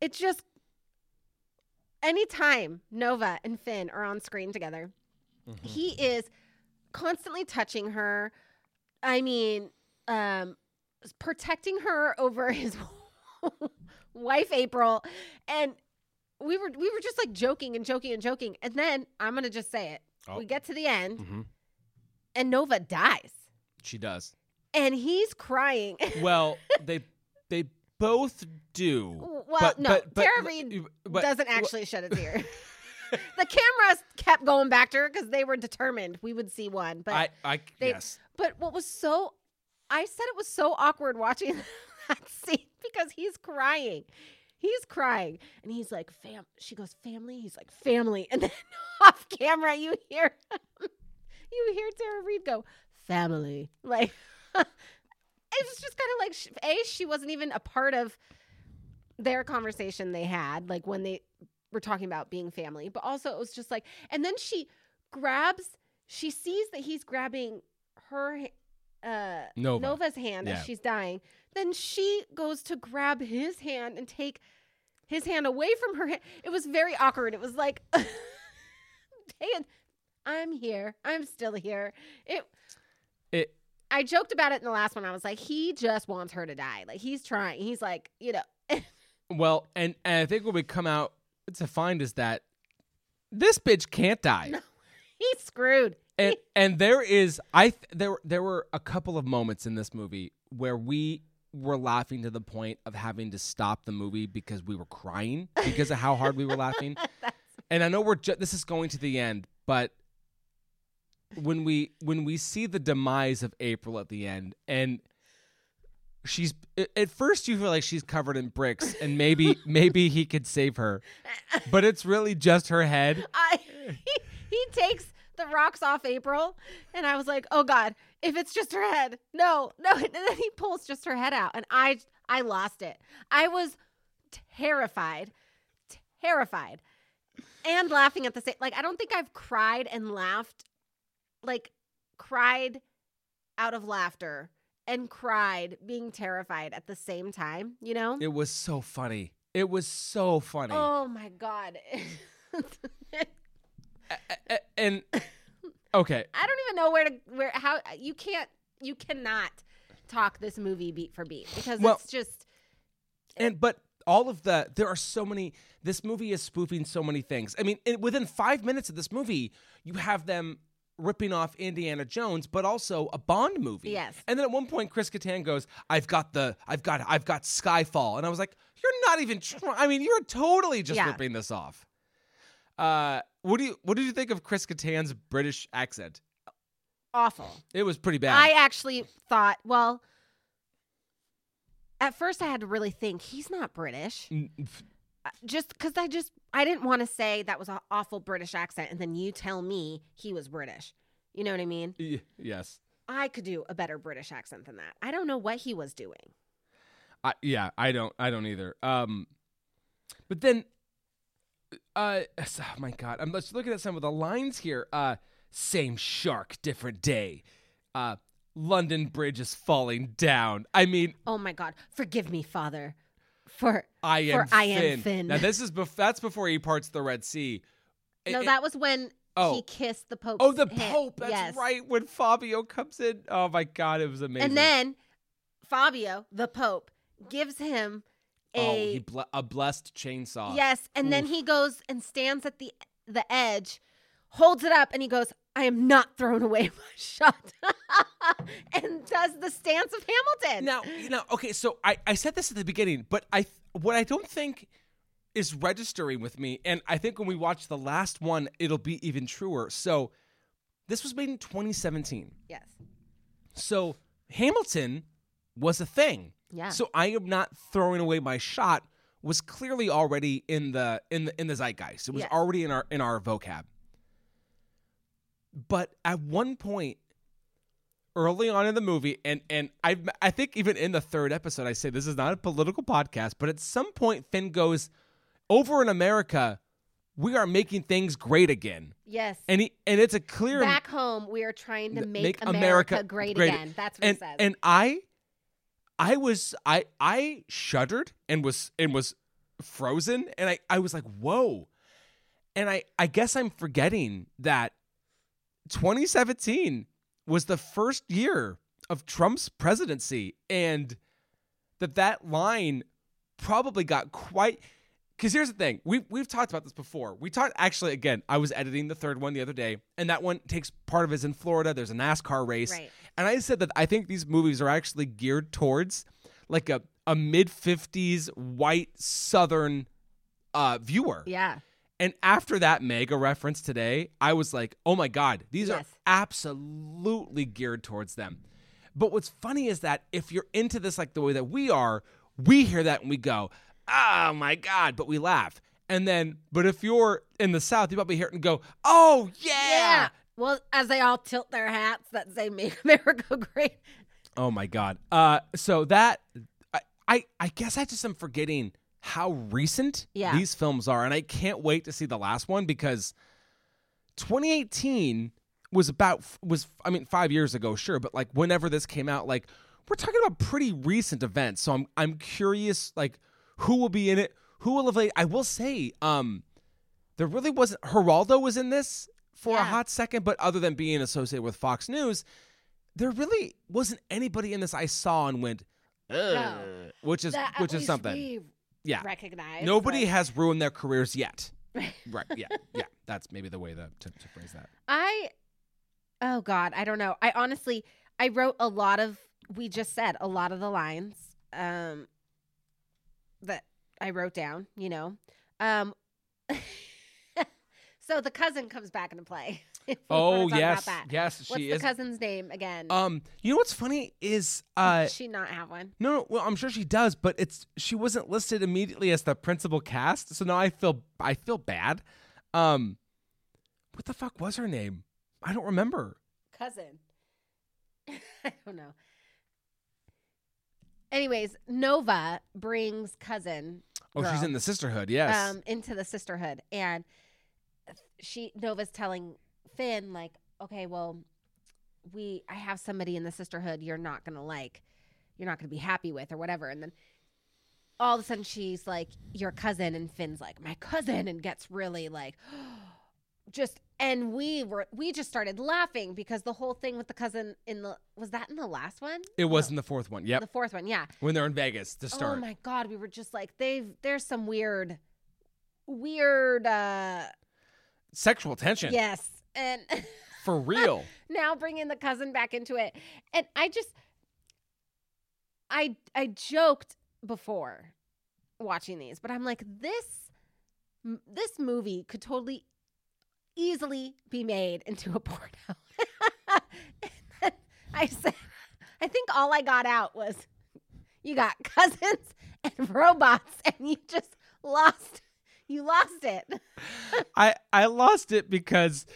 it just anytime Nova and Finn are on screen together, he is constantly touching her. I mean, um, protecting her over [LAUGHS] his wife April, and we were we were just like joking and joking and joking, and then I'm gonna just say it.
Oh.
We get to the end,
Mhm.
and Nova dies,
she does.
and he's crying. [LAUGHS]
Well, they they both do.
well,
but,
no,
but, but,
Tara Reid
but-
doesn't
well,
actually shed
[LAUGHS]
a tear. the cameras kept going back to her because they were determined we would see one, but
I, I
They-
yes.
But what was so, I said it was so awkward watching [LAUGHS] that scene because he's crying. He's crying. And he's like, fam, she goes, family. He's like, family. And then [LAUGHS] off camera, you hear, you hear Tara Reid go, family. [LAUGHS] Like, it was just kind of like, sh- A, she wasn't even a part of their conversation they had, like when they were talking about being family. But also, it was just like, and then she grabs, she sees that he's grabbing her uh
Nova.
Nova's hand
Yeah.
as she's dying. Then she goes to grab his hand and take his hand away from her hand. It was very awkward. It was like [LAUGHS] hey, I'm here. I'm still here. It
It
I joked about it in the last one. I was like, he just wants her to die. Like he's trying. He's like, you know,
Well, and, and I think what we come out to find is that this bitch can't die.
he's screwed.
And and there is I th- there there were a couple of moments in this movie where we were laughing to the point of having to stop the movie because we were crying because of how hard we were laughing. And I know we're ju- this is going to the end, but when we when we see the demise of April at the end and she's a- at first you feel like she's covered in bricks and maybe maybe he could save her. But it's really just her head.
I [LAUGHS] he, he takes the rocks off April, and I was like, oh god, if it's just her head, no, no. [LAUGHS] And then he pulls just her head out, and I I lost it. I was terrified, terrified, and laughing at the same. Like I don't think I've cried and laughed, like cried out of laughter and cried being terrified at the same time. You know?
It was so funny. It was so funny.
Oh my god. [LAUGHS]
A-
[LAUGHS]
and okay,
I don't even know where to where how you can't you cannot talk this movie beat for beat because
Well-
it's just
and but all of the there are so many this movie is spoofing so many things i mean it, within five minutes of this movie you have them ripping off indiana jones but also a bond movie
Yes.
and then at one point chris Kattan goes i've got the i've got i've got skyfall and i was like you're not even trying i mean you're totally just
Yeah.
ripping this off uh what do you what did you think of chris Kattan's british accent
awful.
it was pretty bad
I actually thought, well, at first I had to really think he's not British. Uh, Just because I just I didn't want to say that was an awful British accent, and then you tell me he was British. You know what I mean?
Y- yes
I could do a better British accent than that. I don't know what he was doing.
I, yeah, I don't, I don't either. Um, but then, uh, [SIGHS] s- oh my God, I'm just looking at some of the lines here. Uh, same shark, different day. Uh, London Bridge is falling down. I mean,
Oh my God! Forgive me, Father, for
I am,
for I
Finn.
am Finn.
Now this is bef- that's before he parts the Red Sea. It-
no,
it-
that was when
Oh.
he kissed the Pope.
oh, the Pope. That's
yes.
right. When Fabio comes in, oh my God, it was amazing.
And then Fabio, the Pope, gives him
oh,
a
he ble- a blessed chainsaw.
Yes, and then he goes and stands at the the edge, holds it up, and he goes, "I am not throwing away [LAUGHS] my shot," and does the stance of Hamilton.
Now, you know, okay, so I, I said this at the beginning, but I what I don't think is registering with me, and I think when we watch the last one, it'll be even truer. So this was made in 2017.
Yes.
So Hamilton was a thing.
Yeah.
So I am not throwing away my shot was clearly already in the in the in the zeitgeist. It was
Yes.
already in our in our vocab. But at one point early on in the movie and and I I think even in the third episode I say this is not a political podcast, but at some point Finn goes over in America we are making things great again.
Yes.
And he, and it's a clear
Back home, we are trying to
Th-
make, America, great, again. That's what
and,
he says.
And I, I was I I shuddered and was and was frozen, and I I was like, whoa, and I I guess I'm forgetting that 2017 was the first year of Trump's presidency, and that that line probably got quite. Because here's the thing, we we've talked about this before. We talked actually again. I was editing the third one the other day, and that one takes part of is in Florida. There's a NASCAR race,
Right.
and I said that I think these movies are actually geared towards like a a mid fifties white Southern uh, viewer.
yeah.
And after that mega reference today, I was like, oh my God, these are
Yes.
absolutely geared towards them. But what's funny is that if you're into this like the way that we are, we hear that and we go, oh my God, but we laugh. And then, but if you're in the South, you probably hear it and go, oh yeah.
Yeah. Well, as they all tilt their hats that say "Make America [LAUGHS] Great,"
Oh my God. Uh, so that, I, I, I guess I just am forgetting how recent
Yeah.
these films are. And I can't wait to see the last one because 2018 was about was I mean 5 years ago sure but like whenever this came out like we're talking about pretty recent events so I'm I'm curious like who will be in it who will have I will say um there really wasn't Geraldo was in this for a
Yeah.
hot second but other than being associated with Fox News there really wasn't anybody in this I saw and went "Ugh," which is
that at
which is
least
something
we
yeah
recognize.
nobody
like-
has ruined their careers
[LAUGHS]
yet right yeah yeah that's maybe the way the, to, to phrase that
I oh god, I don't know. I honestly I wrote a lot of we just said a lot of the lines um that I wrote down, you know. Um [LAUGHS] so the cousin comes back into play. [LAUGHS] if we wanna
Oh
talk about
yes,
that.
yes,
What's
she
the
is.
cousin's name again?
Um, you know what's funny is uh,
Does she not have one.
no, no, well, I'm sure she does, but it's she wasn't listed immediately as the principal cast, so now I feel I feel bad. Um, what the fuck was her name? I don't remember.
Cousin. [LAUGHS] I don't know. Anyways, Nova brings cousin.
Oh, she's
girl.
in the sisterhood. Yes.
um, into the sisterhood. And she Nova's telling Finn, like, okay, well, we I have somebody in the sisterhood you're not gonna like, you're not gonna be happy with or whatever. And then all of a sudden she's like your cousin and Finn's like my cousin and gets really like [GASPS] just and we were we just started laughing because the whole thing with the cousin in the was that in the last one?
It was in the fourth one.
The
Yep.
fourth one, yeah.
When they're in Vegas to start.
Oh my god, we were just like they've there's some weird weird uh
Sexual tension.
yes. And [LAUGHS]
For real.
now bringing the cousin back into it. And I just I I joked before watching these, but I'm like this m- this movie could totally easily be made into a [LAUGHS] porno. And then I said I think all I got out was you got [LAUGHS] cousins and robots and you just lost you lost it.
I I lost it because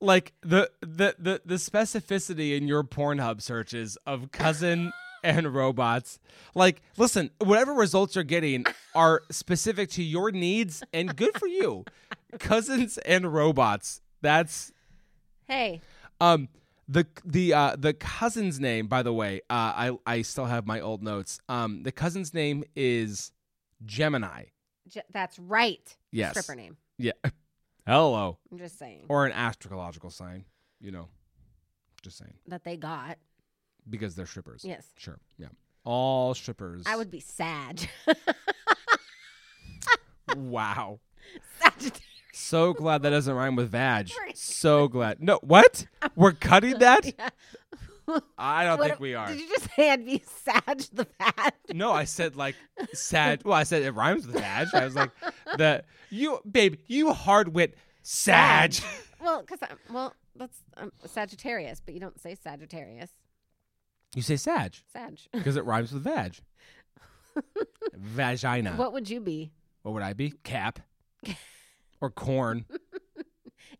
like the the the, the specificity in your Pornhub searches of cousin and robots. Like listen, whatever results you're getting are specific to your needs and good for you. Cousins and robots. That's
Hey,
um the the uh the cousin's name by the way. Uh I I still have my old notes. Um the cousin's name is Gemini.
j- that's right.
Yes.
Stripper name.
Yeah. [LAUGHS] Hello.
I'm just saying.
or an astrological sign, you know. Just saying.
that they got.
Because they're strippers.
Yes.
Sure. Yeah. All strippers.
I would [LAUGHS] be sad.
Wow.
Sagittarius.
So glad that doesn't rhyme with vag. So glad. No, what? We're
[LAUGHS]
cutting that? I don't think we are.
Did you just say I'd be [LAUGHS] sad the fat?
No, I said like sad. Well, I said it rhymes with vag. I was
[LAUGHS]
like, the you, babe, you hard wit sag.
[LAUGHS] Well, because I'm well, that's I'm Sagittarius, but you don't say Sagittarius.
You say sag
Sag. [LAUGHS]
because it rhymes with vag. Vagina.
What would you be?
what would I be?
[LAUGHS]
Cap or corn.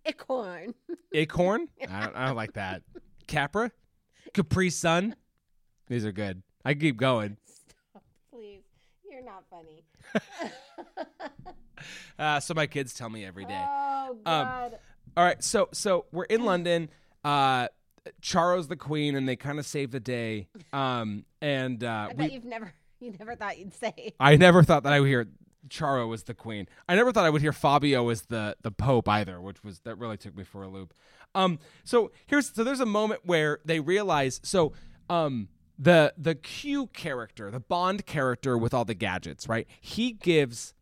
Acorn. [LAUGHS]
Acorn? [LAUGHS] I don't, I don't like that. Capra? Capri Sun? These are good. I can keep going.
Please, you're not funny.
Uh, so my kids tell me every day.
Oh
God. All right, so so we're in London. Uh, Charo's the queen, and they kind of save the day. Um, and uh,
I bet
we,
you've never, [LAUGHS] you never thought you'd say.
I never thought that I would hear Charo was the queen. I never thought I would hear Fabio as the the pope either, which was that really took me for a loop. Um, so here's so there's a moment where they realize so um the the Q character, the Bond character with all the gadgets, right? He gives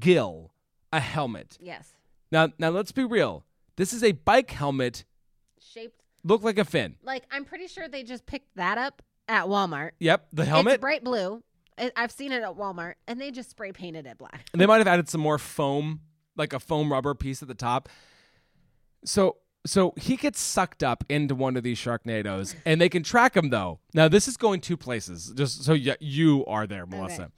Gil a helmet.
Yes.
Now now let's be real. This is a bike helmet,
Shaped
look like a fin.
like I'm pretty sure they just picked that up at Walmart.
Yep, the helmet.
It's bright blue. I- I've seen it at Walmart, and they just spray painted it black.
And they might have added some more foam, like a foam rubber piece at the top. So so he gets sucked up into one of these Sharknadoes, and they can track him though. Now this is going two places. Just so you, you are there, Melissa.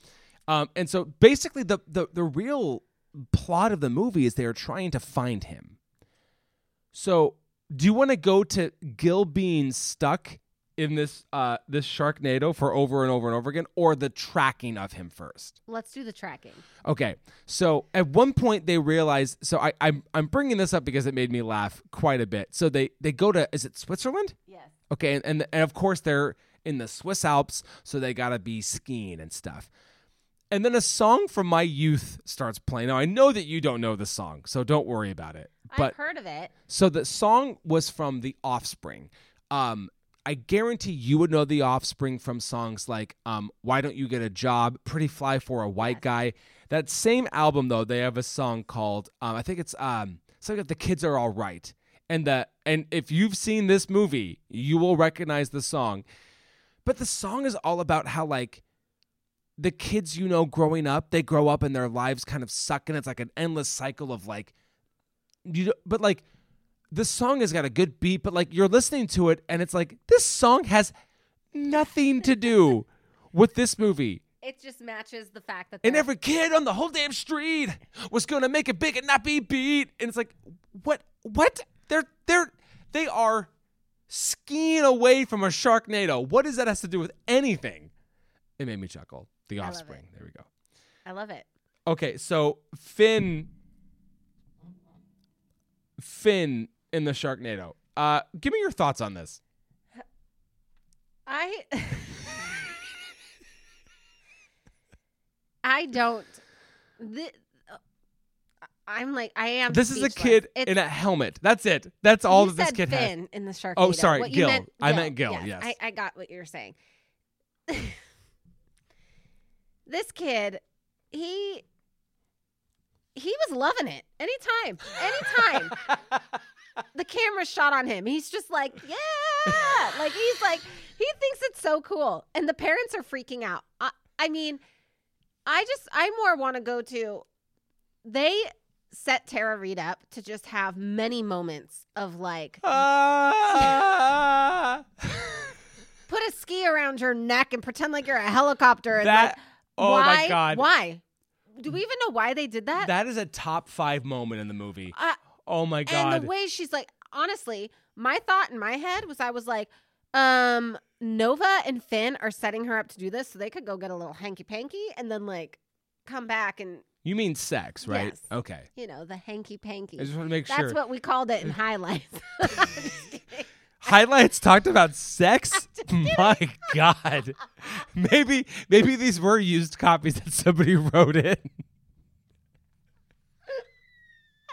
Um, and so basically, the, the the real plot of the movie is they are trying to find him. So do you want to go to Gil being stuck in this uh, this Sharknado for over and over and over again, or the tracking of him first?
Let's do the tracking.
Okay. So at one point they realize. So I, I'm I'm bringing this up because it made me laugh quite a bit. So they they go to is it Switzerland?
Yes.
Okay, and, and and of course they're in the Swiss Alps, so they gotta be skiing and stuff. And then a song from my youth starts playing. Now I know that you don't know the song, so don't worry about it. But
I've heard of it.
so the song was from The Offspring. Um, I guarantee you would know The Offspring from songs like um, "Why Don't You Get a Job," "Pretty Fly for a White Guy." That same album though, they have a song called um, I think it's um, something like "The Kids Are All Right." And the and if you've seen this movie, you will recognize the song. But the song is all about how like the kids you know growing up, they grow up and their lives kind of suck, and it's like an endless cycle of like you. don't- But like this song has got a good beat, but like you're listening to it and it's like this song has nothing to do with this movie.
It just matches the fact that
And
they're-
every kid on the whole damn street was gonna make it big and not be beat. And it's like, what? What? They're they're they are skiing away from a Sharknado. What does that has to do with anything? It made me chuckle. The
love
Offspring. There we go.
I love it.
Okay, so Finn, Finn in the Sharknado. Uh, give me your thoughts on this.
I I [LAUGHS] I don't. Thi- uh, I'm like I am.
This is a
speechless.
kid
It's-
in a helmet. That's it. That's all
you
that this
said
kid has.
Finn in the Sharknado.
Oh, sorry,
What you
Gil.
meant-
I meant Gil, yes.
I, I got what you were saying. [LAUGHS] this kid, he he was loving it. Anytime,
[LAUGHS]
anytime. the camera shot on him. He's just like, yeah, like he's like he thinks it's so cool, and the parents are freaking out. I, I mean, I just I more want to go to they set Tara Reid up to just have many moments of like
[LAUGHS] Ah.
put a ski around your neck and pretend like you're a helicopter. And
That-
like,
oh my
why,
God.
Why? Do we even know why they did that?
that is a top five moment in the movie.
Uh,
Oh my god.
and the way she's like, honestly, my thought in my head was I was like, um, Nova and Finn are setting her up to do this so they could go get a little hanky panky and then like come back and
you mean sex, right?
Yes.
Okay.
you know the hanky panky.
I just want to make
That's
sure.
what we called it in High Life. [LAUGHS] I'm just kidding.
Highlights talked about sex. [LAUGHS] my god. Maybe maybe these were used copies that somebody wrote in.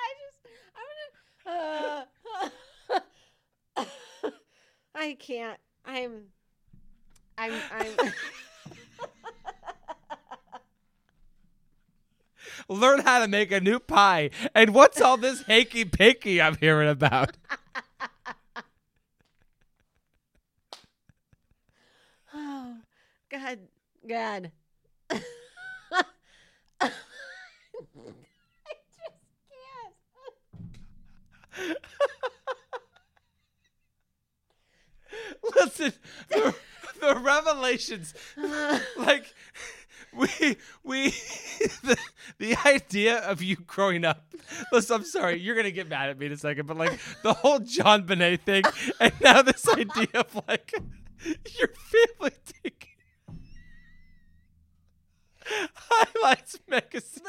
I just, I'm gonna. Uh, [LAUGHS] I can't. I'm. I'm. I'm. [SIGHS]
Learn how to make a new pie. And what's all this hanky panky I'm hearing about?
oh, God. God. [LAUGHS] I just can't.
[LAUGHS] Listen, the, the revelations, like we we [LAUGHS] the, the idea of you growing up. Listen, I'm sorry, you're gonna get mad at me in a second, but like the whole John Bonet thing, and now this idea of like your family taking highlights magazine.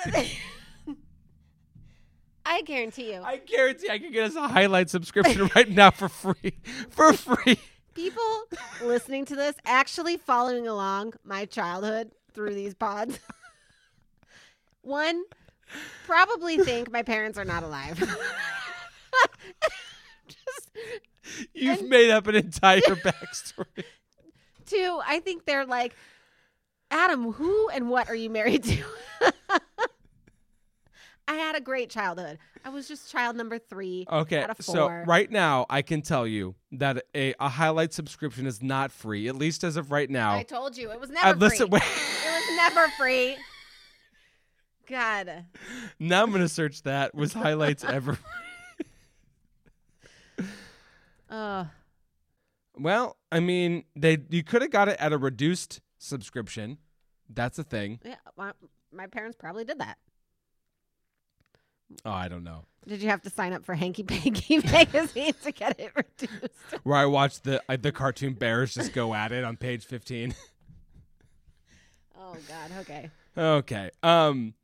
I guarantee you,
I guarantee I can get us a highlight subscription right now for free, for free.
people listening to this actually following along my childhood through these pods. [LAUGHS] One, probably think my parents are not alive. [LAUGHS] Just
You've made up an entire backstory.
two, I think they're like, Adam, who and what are you married to? [LAUGHS] I had a great childhood. I was just child number three.
Okay,
out of
so
four.
right now I can tell you that a, a highlight subscription is not free, at least as of right now.
I told you it was never
Uh, listen,
free.
wait.
it was never free. God.
[LAUGHS] now I'm gonna search that. Was
[LAUGHS]
highlights ever?
Oh.
well, I mean, they you could have got it at a reduced subscription. That's a thing.
Yeah, my, my parents probably did that.
Oh, I don't know.
Did you have to sign up for Hanky Panky [LAUGHS] magazine to get it reduced?
Where I watched the uh, the cartoon bears just go at it on page 15.
Oh God. Okay.
Okay. Um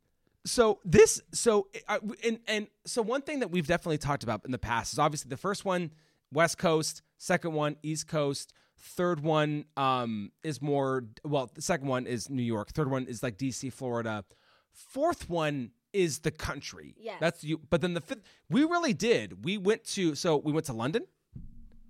so this so uh, and and so one thing that we've definitely talked about in the past is obviously the first one West Coast, second one East Coast, third one um is more well the second one is New York, third one is like DC, Florida. Fourth one is the country.
Yes.
That's you but then the fifth we really did. We went to so we went to London.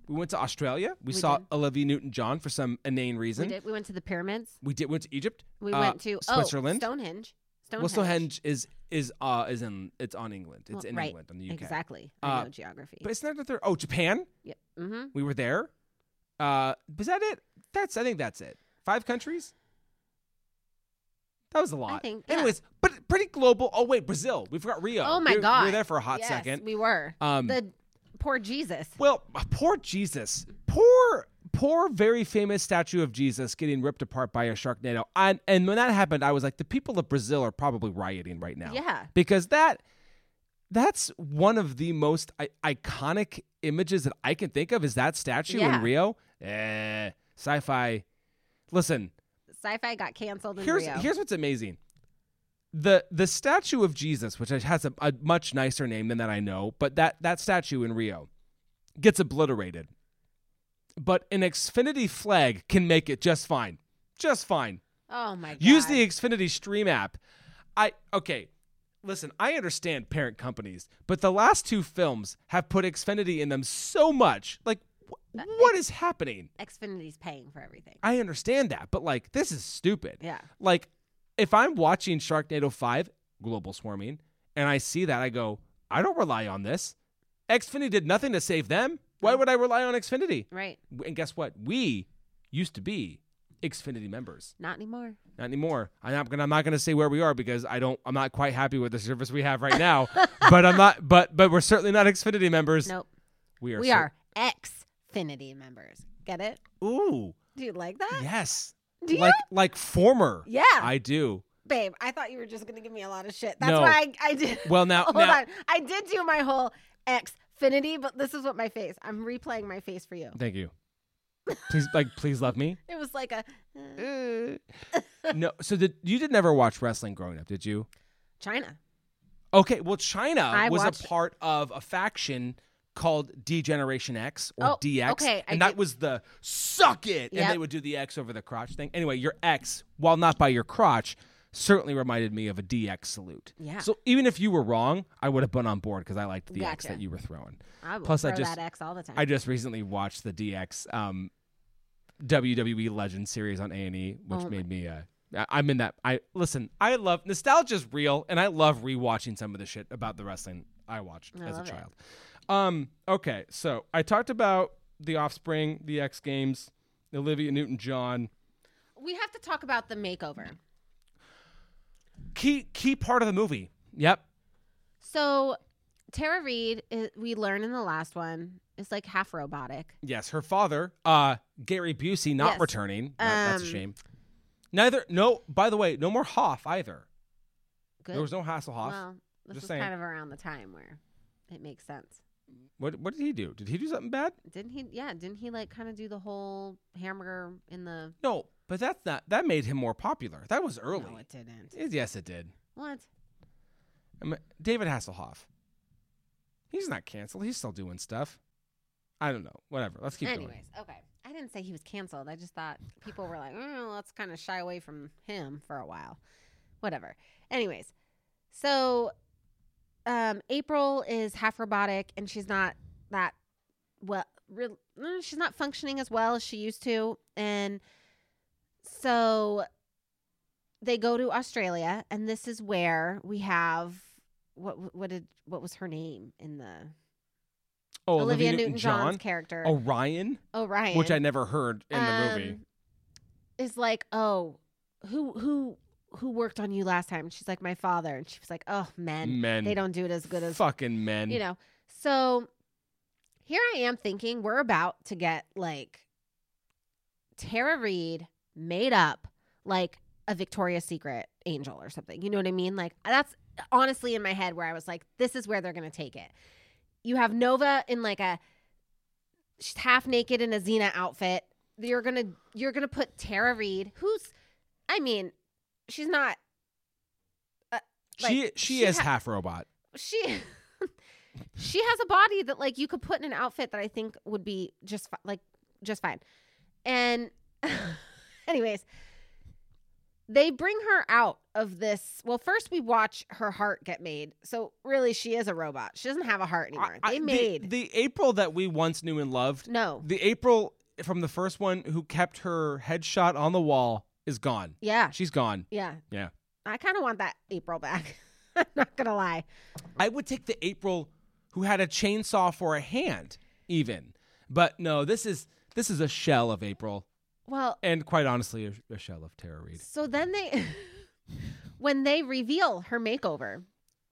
We went to Australia. We, saw Olivia Newton-John for some inane reason.
We did. We went to the pyramids.
We did went to Egypt.
We
uh,
went to
Switzerland.
Oh, Stonehenge. Stonehenge.
Well, Stonehenge is is uh is in it's on England. It's
Well,
in
right.
England on the UK.
Exactly. I
Uh,
know geography.
But it's not that there. Oh, Japan.
yep. Mm-hmm.
We were there. Uh, was that it? That's I think that's it. Five countries. That was a lot.
think- yeah.
Anyways, but pretty global. Oh wait, Brazil. We forgot Rio.
Oh my
We were-
God.
We were there for a hot
Yes,
second.
We were.
Um,
the poor Jesus.
Well, uh, poor Jesus. Poor, poor, very famous statue of Jesus getting ripped apart by a sharknado. And and when that happened, I was like, the people of Brazil are probably rioting right now.
Yeah.
because that that's one of the most I- iconic images that I can think of is that statue
Yeah.
in Rio. Eh, sci-fi. Listen,
Sci-fi got canceled in
here's
Rio.
here's what's amazing. The the statue of Jesus, which has a, a much nicer name than that I know, but that that statue in Rio gets obliterated. But an Xfinity flag can make it just fine. Just fine.
Oh my god.
Use the Xfinity Stream app. I okay. Listen, I understand parent companies, but the last two films have put Xfinity in them so much. Like, wh- what is happening?
Xfinity's paying for everything.
I understand that, but like, this is stupid.
Yeah.
Like, if I'm watching Sharknado 5, global swarming, and I see that, I go, I don't rely on this. Xfinity did nothing to save them. Why
Mm.
would I rely on Xfinity?
Right.
And guess what? We used to be Xfinity members
Not anymore.
not anymore. I'm not gonna I'm not gonna say where we are because I don't I'm not quite happy with the service we have right
[LAUGHS]
now. but I'm not but but we're certainly not Xfinity members.
Nope.
We are
We
cer-
are Xfinity members. Get it?
Ooh.
Do you like that?
Yes.
Do you?
like like former.
Yeah.
I do.
Babe, I thought you were just going to give me a lot of shit. That's
No.
why I, I did.
[LAUGHS] Well, now-
[LAUGHS] Hold
now-
on. I did do my whole Xfinity, but this is what my face. I'm replaying my face for you.
Thank you. Please like please love me.
It was like a.
[LAUGHS]
uh,
Uh, No so did you did never watch wrestling growing up, did you?
China.
Okay, well China
I
was
watched-
a part of a faction called D Generation X or
Oh,
DX.
okay, I
And that
did-
was the suck it. And they
Yep.
would do the X over the crotch thing. Anyway, your X, while not by your crotch, certainly reminded me of a DX salute.
Yeah.
So even if you were wrong, I would have been on board because I liked the X
Gotcha.
that you were throwing.
I will
Plus,
throw
I just
that X all the time.
I just recently watched the DX um, WWE Legend series on A and E, which
Oh,
made me. Uh, I- I'm in that. I listen. I love nostalgia's real, and I love rewatching some of the shit about the wrestling I watched as a
love it.
child. Um. Okay, so I talked about the Offspring, the X Games, Olivia Newton John.
we have to talk about the makeover.
Key key part of the movie. Yep.
So, Tara Reid, i- we learn in the last one, is like half robotic.
Yes, her father, uh, Gary Busey, not
Yes.
returning. That- that's a
Um,
shame. Neither. No. By the way, no more Hoff either.
Good.
There was no Hasselhoff.
Well, this
Just
was
saying.
kind of around the time where it makes sense.
What what did he do? Did he do something bad?
Didn't he? Yeah, didn't he like kind of do the whole hamburger in the?
No, but that's not that made him more popular. That was early.
No, it didn't.
Yes, yes, it did.
What?
I mean, David Hasselhoff. He's not canceled. He's still doing stuff. I don't know. Whatever. Let's keep
Anyways,
going.
okay. I didn't say he was canceled. I just thought people were like, oh, let's kind of shy away from him for a while. Whatever. Anyways, so um, April is half robotic and she's not that well. Real, mm, she's not functioning as well as she used to, and so they go to Australia, and this is where we have what what did what was her name in the
Oh,
Olivia, Newton John's
John.
character Oh,
Orion,
Orion,
which I never heard in the movie.
um, is like, oh, who who who worked on you last time? And she's like, my father, and she was like, oh, men,
Men.
they don't do it as good as
fucking men.
you know. So here I am thinking we're about to get like Tara Reid made up like a Victoria's Secret angel or something. You know what I mean? Like that's honestly in my head where I was like, this is where they're gonna take it. You have Nova in like a she's half naked in a Xena outfit. You're gonna you're gonna put Tara Reid, who's I mean, she's not
she
like,
she,
she
is
ha-
half robot.
she she has a body that like you could put in an outfit that I think would be just fi- like just fine. And [LAUGHS] anyways, they bring her out of this. Well, first we watch her heart get made. So really, she is a robot. She doesn't have a heart anymore.
I- I-
they
the-
made
the April that we once knew and loved.
no.
The April from the first one who kept her headshot on the wall is gone.
yeah,
She's gone.
yeah,
Yeah.
I kind of want that April back. [LAUGHS] I'm not gonna lie.
I would take the April who had a chainsaw for a hand, even. But no, this is this is a shell of April,
Well,
and quite honestly, a, a shell of Tara Reid.
so then they [LAUGHS] when they reveal her makeover.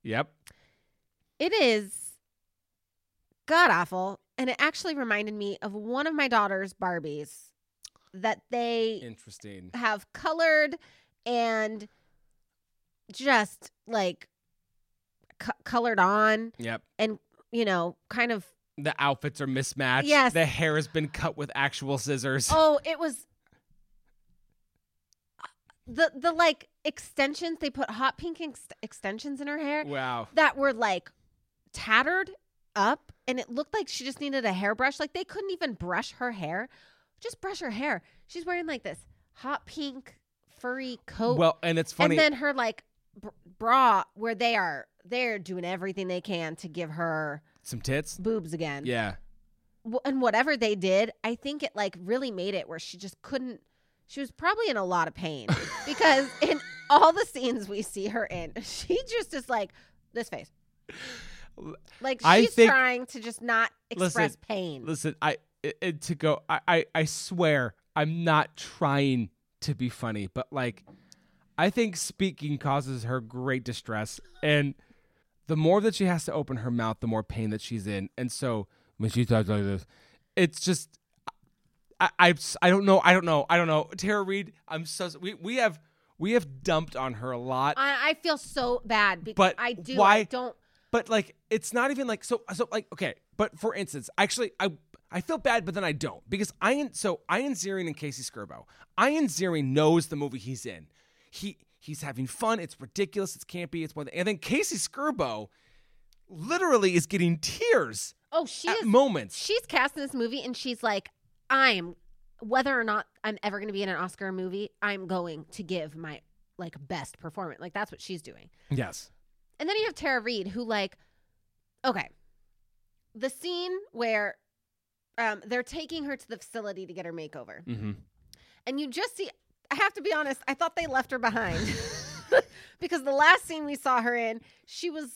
Yep.
It is god awful. And it actually reminded me of one of my daughter's Barbies that they
Interesting.
have colored and just like co- colored on
Yep.
and, you know, kind of.
The outfits are mismatched.
Yes.
The hair has been cut with actual scissors.
Oh, it was. uh, The, the like extensions they put hot pink ex- extensions in her hair
Wow.
that were like tattered up and it looked like she just needed a hairbrush. Like they couldn't even brush her hair. Just brush her hair. She's wearing like this hot pink furry coat.
Well, and it's funny.
And then her like br- bra, where they are, they're doing everything they can to give her
some tits.
boobs again.
Yeah.
Wh- And whatever they did, I think it like really made it where she just couldn't. She was probably in a lot
[LAUGHS]
of pain because in all the scenes we see her in, [LAUGHS] she just is like this face. Like
I
she's
think-
trying to just not express
Listen,
pain.
Listen, I it, it- to go. I, I I swear, I'm not trying to be funny, but like, I think speaking causes her great distress, and the more that she has to open her mouth, the more pain that she's in. And so when she talks like this, it's just. I, I, I don't know I don't know I don't know Tara Reid I'm so we we have we have dumped on her a lot
I, I feel so bad because
But
I do. I
why-
don't.
but like it's not even like so so like okay but for instance actually i i feel bad but then i don't because ian so ian ziering and casey skirbo ian ziering knows the movie he's in he he's having fun it's ridiculous it's campy it's one thing and then casey skirbo literally is getting tears
Oh, she
at
is.
moments
she's cast in this movie, and she's like, I'm whether or not I'm ever going to be in an Oscar movie, I'm going to give my like best performance. Like that's what she's doing.
yes
And then you have Tara Reid, who like, okay, the scene where um they're taking her to the facility to get her makeover,
mm-hmm.
and you just see. I have to be honest. I thought they left her behind [LAUGHS] because the last scene we saw her in, she was,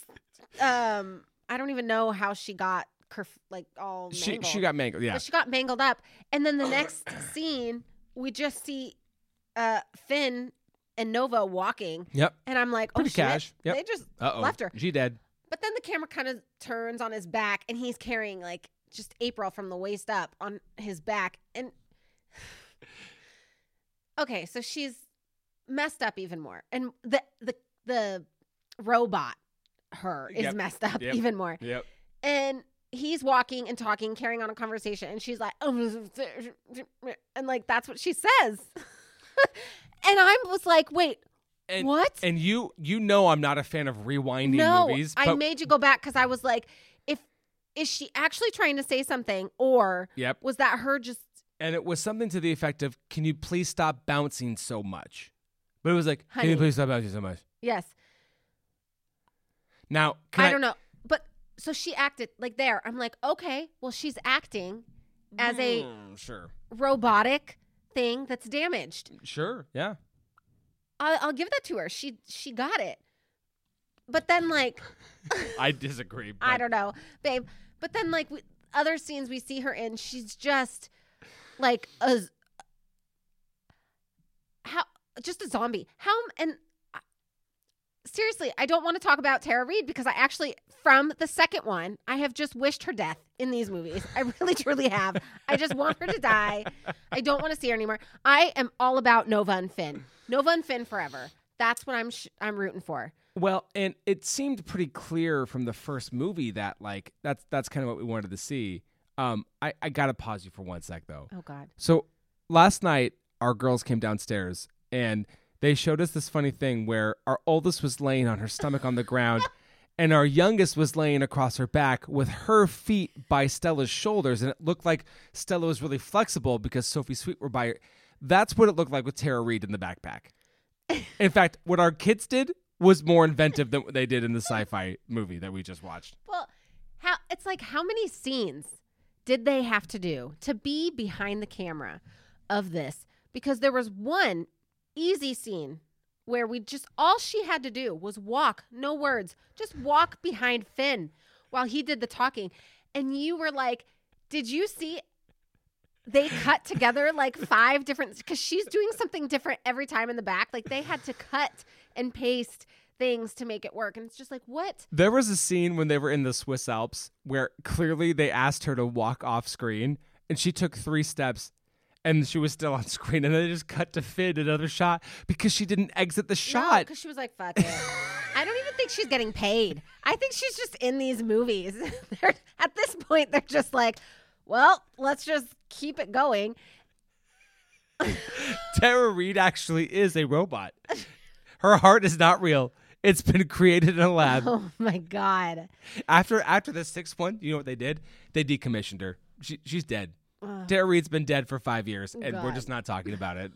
um, I don't even know how she got kerf- like all
she she
mangled.
got mangled yeah
But she got mangled up. And then the next scene, we just see uh, Finn and Nova walking.
yep
And I'm like, oh,
Pretty
shit.
cash. Yep.
They just
uh-oh
left her.
she dead
But then the camera kind of turns on his back and he's carrying like just April from the waist up on his back. And [SIGHS] okay, so she's messed up even more. And the, the, the robot, her, is
Yep.
messed up
Yep.
even more
yep
and he's walking and talking, carrying on a conversation, and she's like, "Oh, [LAUGHS] and like that's what she says, [LAUGHS] and I was like, wait,
and
what?
and you you know i'm not a fan of rewinding
no,
movies
I
but-
made you go back because I was like, if is she actually trying to say something, or
yep
was that her just?
and it was something to the effect of, "Can you please stop bouncing so much?" But it was like, "Can
Honey.
you please stop bouncing so much?"
Yes,
Now, can
I don't know, but so she acted like there. I'm like, okay, well, she's acting as a
Mm, sure,
robotic thing that's damaged.
sure, yeah,
I'll, I'll give that to her. She she got it. But then like
I disagree. But
I don't know, babe. But then like we, other scenes we see her in, she's just like a z- how just a zombie. How m- and I- seriously, I don't want to talk about Tara Reid because I actually from the second one, I have just wished her death in these movies. I really truly have. I just want her to die. I don't want to see her anymore. I am all about Nova and Finn. Nova and Finn forever. That's what I'm sh- I'm rooting for.
Well, and it seemed pretty clear from the first movie that like that's that's kind of what we wanted to see. Um, I I gotta pause you for one sec though.
Oh God.
So last night, our girls came downstairs and they showed us this funny thing where our oldest was laying on her stomach on the
[LAUGHS]
ground and our youngest was laying across her back with her feet by Stella's shoulders. And it looked like Stella was really flexible because Sophie Sweet were by her. That's what it looked like with Tara Reid in the backpack. In fact, what our kids did was more inventive than what they did in the sci fi movie that we just watched.
Well, how it's like how many scenes did they have to do to be behind the camera of this? Because there was one easy scene where we just all she had to do was walk, no words, just walk behind Finn while he did the talking. And you were like, "Did you see they cut together like five different because she's doing something different every time in the back. Like they had to cut and paste things to make it work. And it's just like, what?
There was a scene when they were in the Swiss Alps where clearly they asked her to walk off screen and she took three steps and she was still on [LAUGHS] screen and they just cut to Finn another shot because she didn't exit the shot.
because she was like, "Fuck it." I don't even think she's getting paid. I think she's just in these movies. [LAUGHS] they're, at this point, they're just like, "Well, let's just keep it going."
Tara Reid actually is a robot. Her heart is not real. It's been created in a lab.
Oh my god!
After after the sixth one, you know what they did? They decommissioned her. She, she's dead. Tara Reid's been dead for five years, and we're
God.
just not talking about it.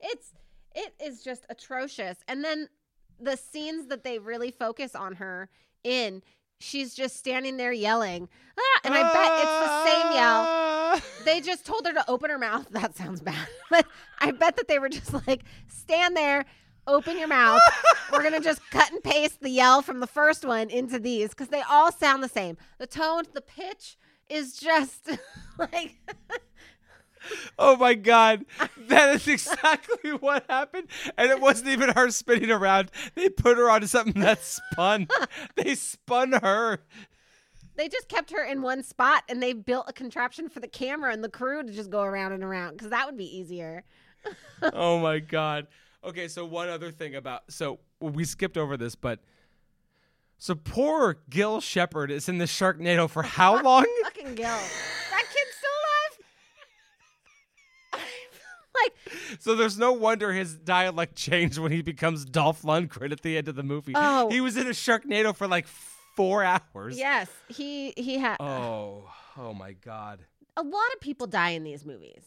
It's It is just atrocious. And then the scenes that they really focus on her in, she's just standing there yelling. Ah, and I bet it's the same yell. They just told her to open her mouth. [LAUGHS] That sounds bad. But I bet that they were just like, stand there, open your mouth. we're going to just cut and paste the yell from the first one into these because they all sound the same. The tone, the pitch is just [LAUGHS] like.
[LAUGHS] Oh my god, that is exactly [LAUGHS] what happened, and it wasn't even her spinning around. They put her onto something that
[LAUGHS]
spun. they spun her.
they just kept her in one spot and they built a contraption for the camera and the crew to just go around and around because that would be easier.
Oh my god. Okay, so one other thing about so we skipped over this, but so poor Gil Shepard is in the Sharknado for how
[LAUGHS]
long?
Fucking Gil. that kid's [LAUGHS] still alive? like,
So there's no wonder his dialect [LAUGHS] changed when he becomes Dolph Lundgren at the end of the movie.
Oh.
He was in a Sharknado for like four hours.
yes, he he had
Oh, oh my God.
a lot of people die in these movies,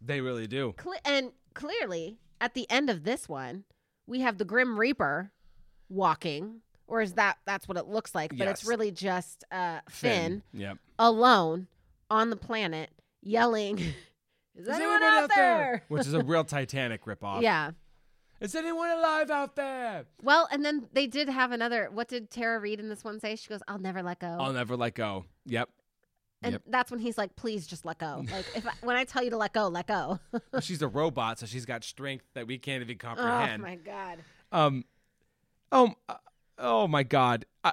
They really do.
Cle- and clearly at the end of this one, we have the Grim Reaper walking, or is that that's what it looks like? But it's
Yes.
really just uh, Finn
Yep.
alone on the planet yelling, [LAUGHS] Is anyone out there?
Which is a real Titanic ripoff.
Yeah.
Is anyone alive out there?
Well, and then they did have another. What did Tara Reid in this one say? She goes, I'll never let go.
I'll never let go.
[LAUGHS]
Yep.
and
yep.
that's when he's like, Please just let go. Like, if I, when I tell you to let go, let go.
Well, she's a robot, so she's got strength that we can't even
[LAUGHS] oh,
comprehend.
my God.
Um. Oh. uh, Oh my God. I,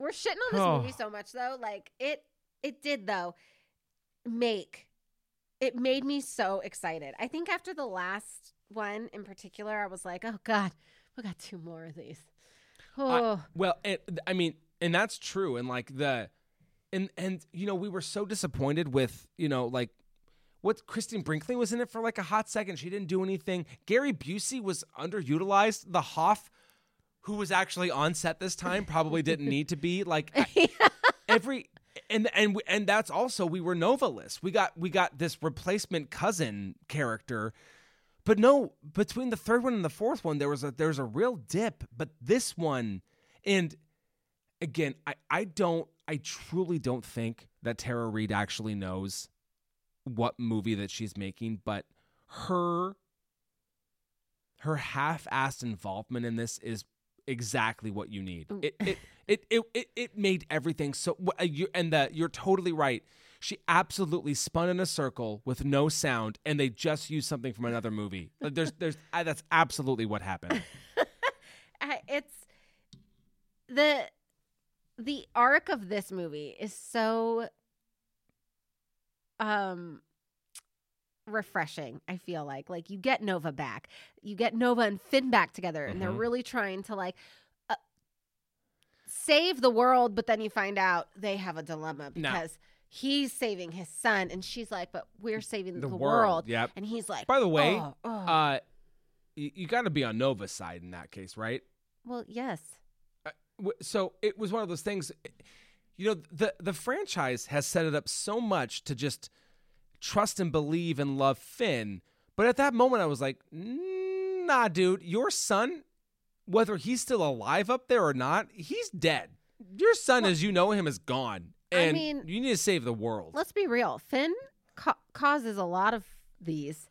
We're shitting on this
Oh.
movie so much, though. Like, it, it did, though, make it made me so excited. I think after the last one in particular, I was like, Oh, God, we got two more of these.
I-
Oh,
well, it, I mean, and that's true. And like the, and and you know, we were so disappointed with you know like. What Kristen Brinkley was in it for like a hot second. She didn't do anything. Gary Busey was underutilized. The Hoff, who was actually on set this time, probably didn't need to be. Like I- every and and and that's also we were Novalist. We got we got this replacement cousin character but no, between the third one and the fourth one, there was a there's a real dip. But this one, and again, I I don't I truly don't think that Tara Reid actually knows what movie that she's making, but her her half-assed involvement in this is exactly what you need. It it it it, it, it made everything so wh- uh, you and that you're totally right. She absolutely spun in a circle with no sound, and they just used something from another movie. Like, There's, there's, I, that's absolutely what happened.
I, it's the the arc of this movie is so um refreshing i feel like like you get nova back you get nova and finn back together and they're
Mhm.
really trying to like uh, save the world but then you find out they have a dilemma because he's saving his son and she's like but we're saving the,
The
world,
world, yep.
and he's like
By the way,
[LAUGHS] "Oh, oh."
Uh, you, you got to be on Nova's side in that case, right?
well yes
w- so it was one of those things you know the the franchise has set it up so much to just trust and believe and love Finn but at that moment I was like nah dude your son whether he's still alive up there or not he's dead your son as you know him is gone
I
and
mean-
you need to save the world
let's be real. Finn ca- causes a lot of these.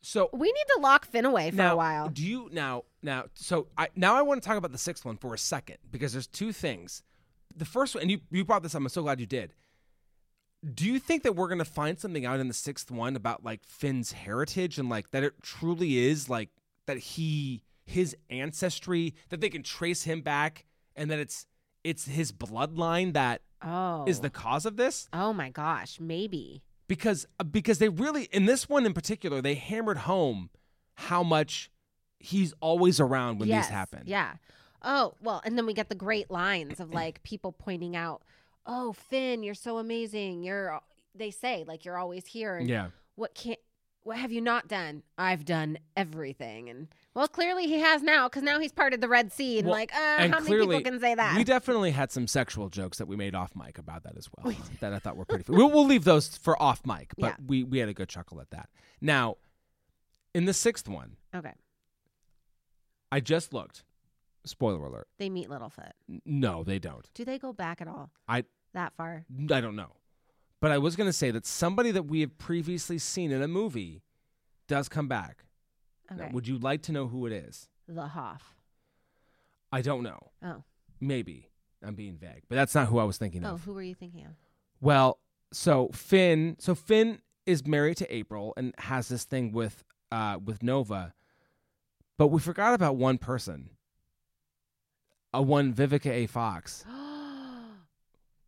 so
We need to lock Finn away for
now,
a while.
Do you now now so I now I want to talk about the sixth one for a second because there's two things. The first one and you you brought this up, I'm so glad you did. Do you think that we're gonna find something out in the sixth one about like Finn's heritage and like that it truly is like that he his ancestry, that they can trace him back and that it's it's his bloodline that
Oh,
is the cause of this?
oh my gosh, maybe.
because uh, because they really in this one in particular they hammered home how much he's always around when
yes,
these happen.
Yeah. Oh well, and then we get the great lines of like people pointing out, "Oh Finn, you're so amazing. You're." They say like you're always here. And
Yeah.
What can't? What have you not done? I've done everything, and well, clearly he has now because now he's part of the Red Sea. And
Well,
like, uh,
and
how many
clearly,
people can say that?
We definitely had some sexual jokes that we made off mic about that as well. that I thought were pretty. We'll, we'll leave those for off mic, but
Yeah.
we we had a good chuckle at that. Now, In the sixth one,
Okay.
I just looked. Spoiler alert.
They meet Littlefoot.
N- No, they don't.
Do they go back at all?
I
That far?
I don't know. But I was going to say that somebody that we have previously seen in a movie does come back. Now,
Okay.
would you like to know who it is?
the Hoff.
I don't know.
Oh.
Maybe. I'm being vague, but that's not who I was thinking
Oh,
of.
who were you thinking of? [GASPS]
Well, so Finn, so Finn is married to April and has this thing with uh with Nova. But we forgot about one person. A one Vivica A Fox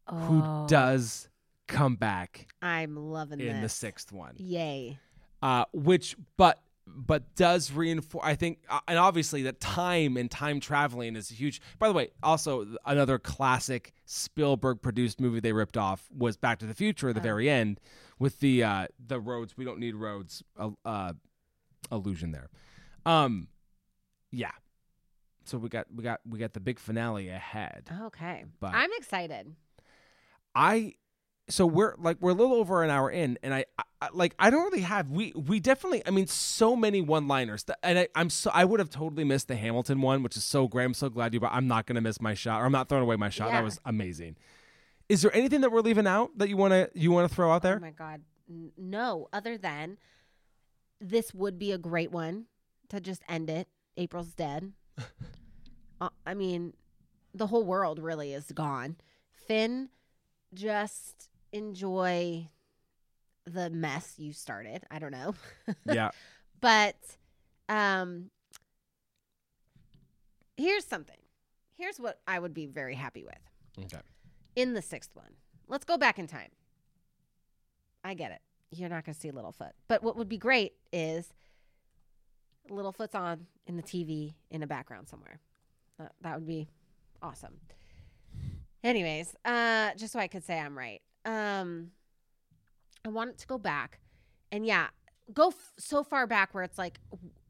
who
Oh,
does come back
I'm loving
in the
this.
sixth one.
Yay.
uh, which but but does reinforce i think uh, and obviously that time and time traveling is huge by the way also th- another classic spielberg produced movie they ripped off was back to the future at the very end with the uh the roads we don't need roads uh, uh illusion there um yeah so we got we got we got the big finale ahead
Okay.
But-
I'm excited.
I so we're like we're a little over an hour in, and I, I- I like I don't really have we we definitely I mean so many one liners, and I, I'm so I would have totally missed the Hamilton one, which is so great. I'm so glad you, but I'm not gonna miss my shot, or I'm not throwing away my shot.
Yeah.
That was amazing. Is there anything that we're leaving out that you wanna you wanna throw out
Oh
there?
my God. N- No, other than this would be a great one to just end it. April's
[LAUGHS]
dead. uh, I mean, the whole world really is gone. Finn, just enjoy the mess you started. I don't know.
[LAUGHS]
[LAUGHS]
yeah,
But um here's something. Here's what I would be very happy with
okay,
in the sixth one. Let's go back in time. I get it. You're not going to see Littlefoot. But what would be great is Littlefoot's on in the TV in the background somewhere. That, that would be awesome. Anyways, uh, just so I could say I'm right. Um, I want it to go back. And yeah, go f- so far back where it's like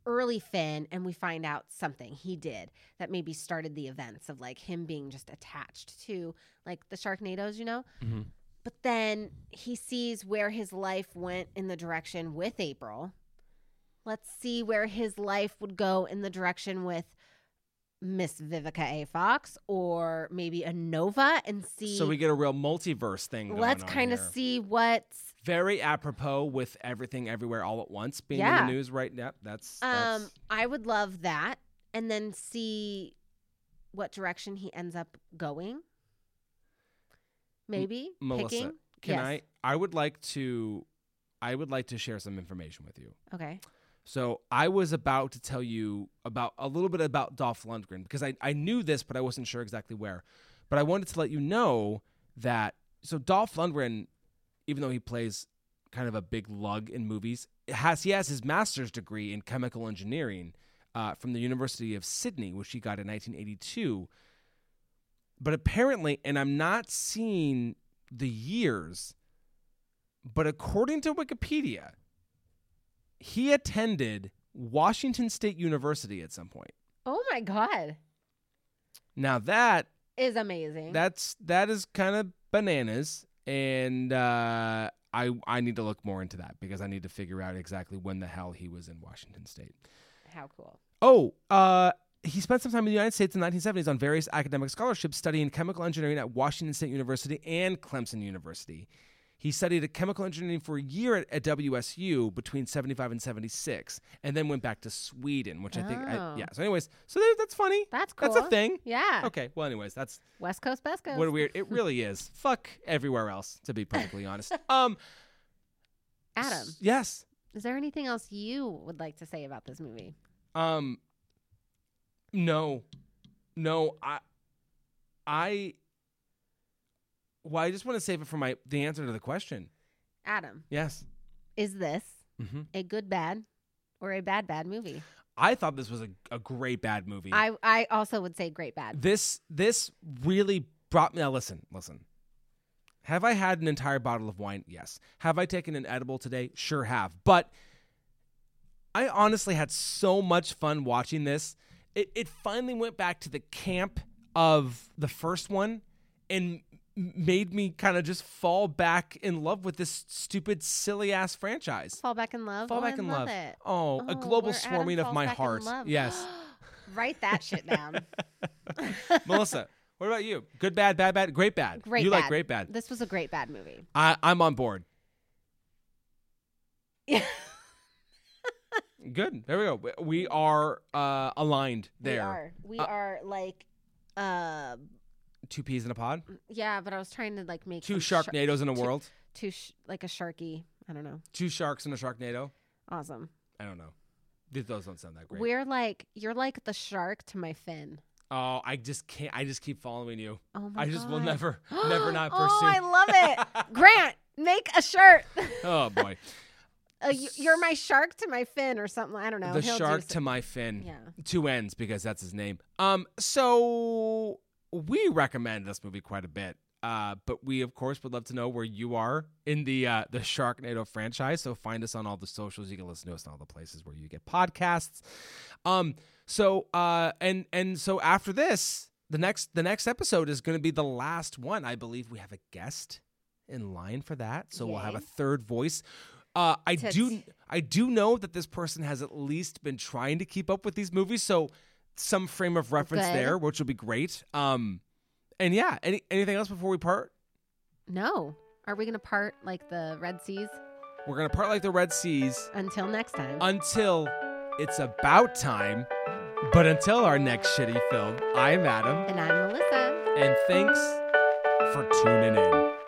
early Finn and we find out something he did that maybe started the events of like him being just attached to like the Sharknadoes, you know?
Mm-hmm.
But then he sees where his life went in the direction with April. Let's see where his life would go in the direction with Miss Vivica A. Fox or maybe a Nova and see.
so we get a real multiverse thing. going
let's
on
kind of
here.
see what's
very apropos with everything everywhere all at once being in
Yeah.
the news right now. That's, that's
Um, I would love that, and then see what direction he ends up going. Maybe
Melissa,
picking.
can
Yes.
I? I would like to, I would like to share some information with you.
Okay.
So I was about to tell you about a little bit about Dolph Lundgren because I I knew this, but I wasn't sure exactly where. But I wanted to let you know that so Dolph Lundgren, even though he plays kind of a big lug in movies, has he has his master's degree in chemical engineering uh, from the University of Sydney, which he got in 1982 but apparently, and I'm not seeing the years, but according to Wikipedia, he attended Washington State University at some point.
Oh my god,
Now that
is amazing.
that's that is kind of bananas, and uh, I I need to look more into that because I need to figure out exactly when the hell he was in Washington State.
How cool.
Oh, uh, he spent some time in the United States in the 1970s on various academic scholarships studying chemical engineering at Washington State University and Clemson University. He studied chemical engineering for a year at, at WSU between 75 and 76, and then went back to Sweden, which I think, I,
Oh.
yeah. So, anyways, so there, that's funny.
That's
That's a
cool.
thing.
Yeah.
Okay. Well, anyways, that's
West Coast, best coast.
what a weird. It really is. Fuck everywhere else, to
[LAUGHS]
be perfectly honest. Um.
Adam,
Yes.
is there anything else you would like to say about this movie?
Um no. No, I I well, I just want to save it for my the answer to the question.
Adam,
Yes.
is this
Mhm.
a good bad or a bad bad movie?
I thought this was a, a great bad movie.
I I also would say great bad.
this this really brought me now listen, listen. Have I had an entire bottle of wine? Yes. Have I taken an edible today? Sure have. But I honestly had so much fun watching this. It, it finally went back to the camp of the first one and made me kind of just fall back in love with this stupid, silly ass franchise.
Fall back in love.
Fall
Oh, I
back in
love
love.
it.
Oh, a global
where Adam
swarming of
falls
my
back in
heart.
love.
Yes.
Write that
[LAUGHS]
shit down.
Melissa, what about you? Good, bad, bad, bad, great, bad.
Great.
you
bad.
like great, bad.
This was a great bad movie.
I, I'm on
[LAUGHS]
board.
Yeah.
Good. There we go. We- We are uh, aligned there.
We are. We are like, uh,
Two peas in a pod.
yeah. But I was trying to like make
Two
some shar-
sharknadoes in a world.
Two sh- like a sharky. I don't know.
Two sharks in a sharknado.
Awesome.
I don't know. Th- Those don't sound that great.
We're like you're like the shark to my fin.
oh, I just can't. I just keep following you.
Oh my
I just will
God. [GASPS]
never, never not pursue.
Oh, I love it.
[LAUGHS]
Grant, make a [LAUGHS] shirt.
oh boy.
Uh, y- you're my shark to my fin or something. I don't know.
the
He'll do
shark
some-
to my fin.
Yeah.
Two ends because that's his name. Um, so we recommend this movie quite a bit. Uh, but we of course would love to know where you are in the uh, the Sharknado franchise. So find us on all the socials. You can listen to us on all the places where you get podcasts. Um, so uh, and and so after this, the next the next episode is going to be the last one. I believe we have a guest in line for that. So we'll have
Yay.
a third voice. Uh, I
Tits.
do I do know that this person has at least been trying to keep up with these movies, so some frame of reference
Good.
there, which will be great. Um, and yeah, any, anything else before we part?
No. Are we gonna part like the Red Seas?
We're gonna part like the Red Seas
Until next time.
until it's about time. But until our next shitty film, I'm Adam,
and I'm Melissa.
and thanks for tuning in.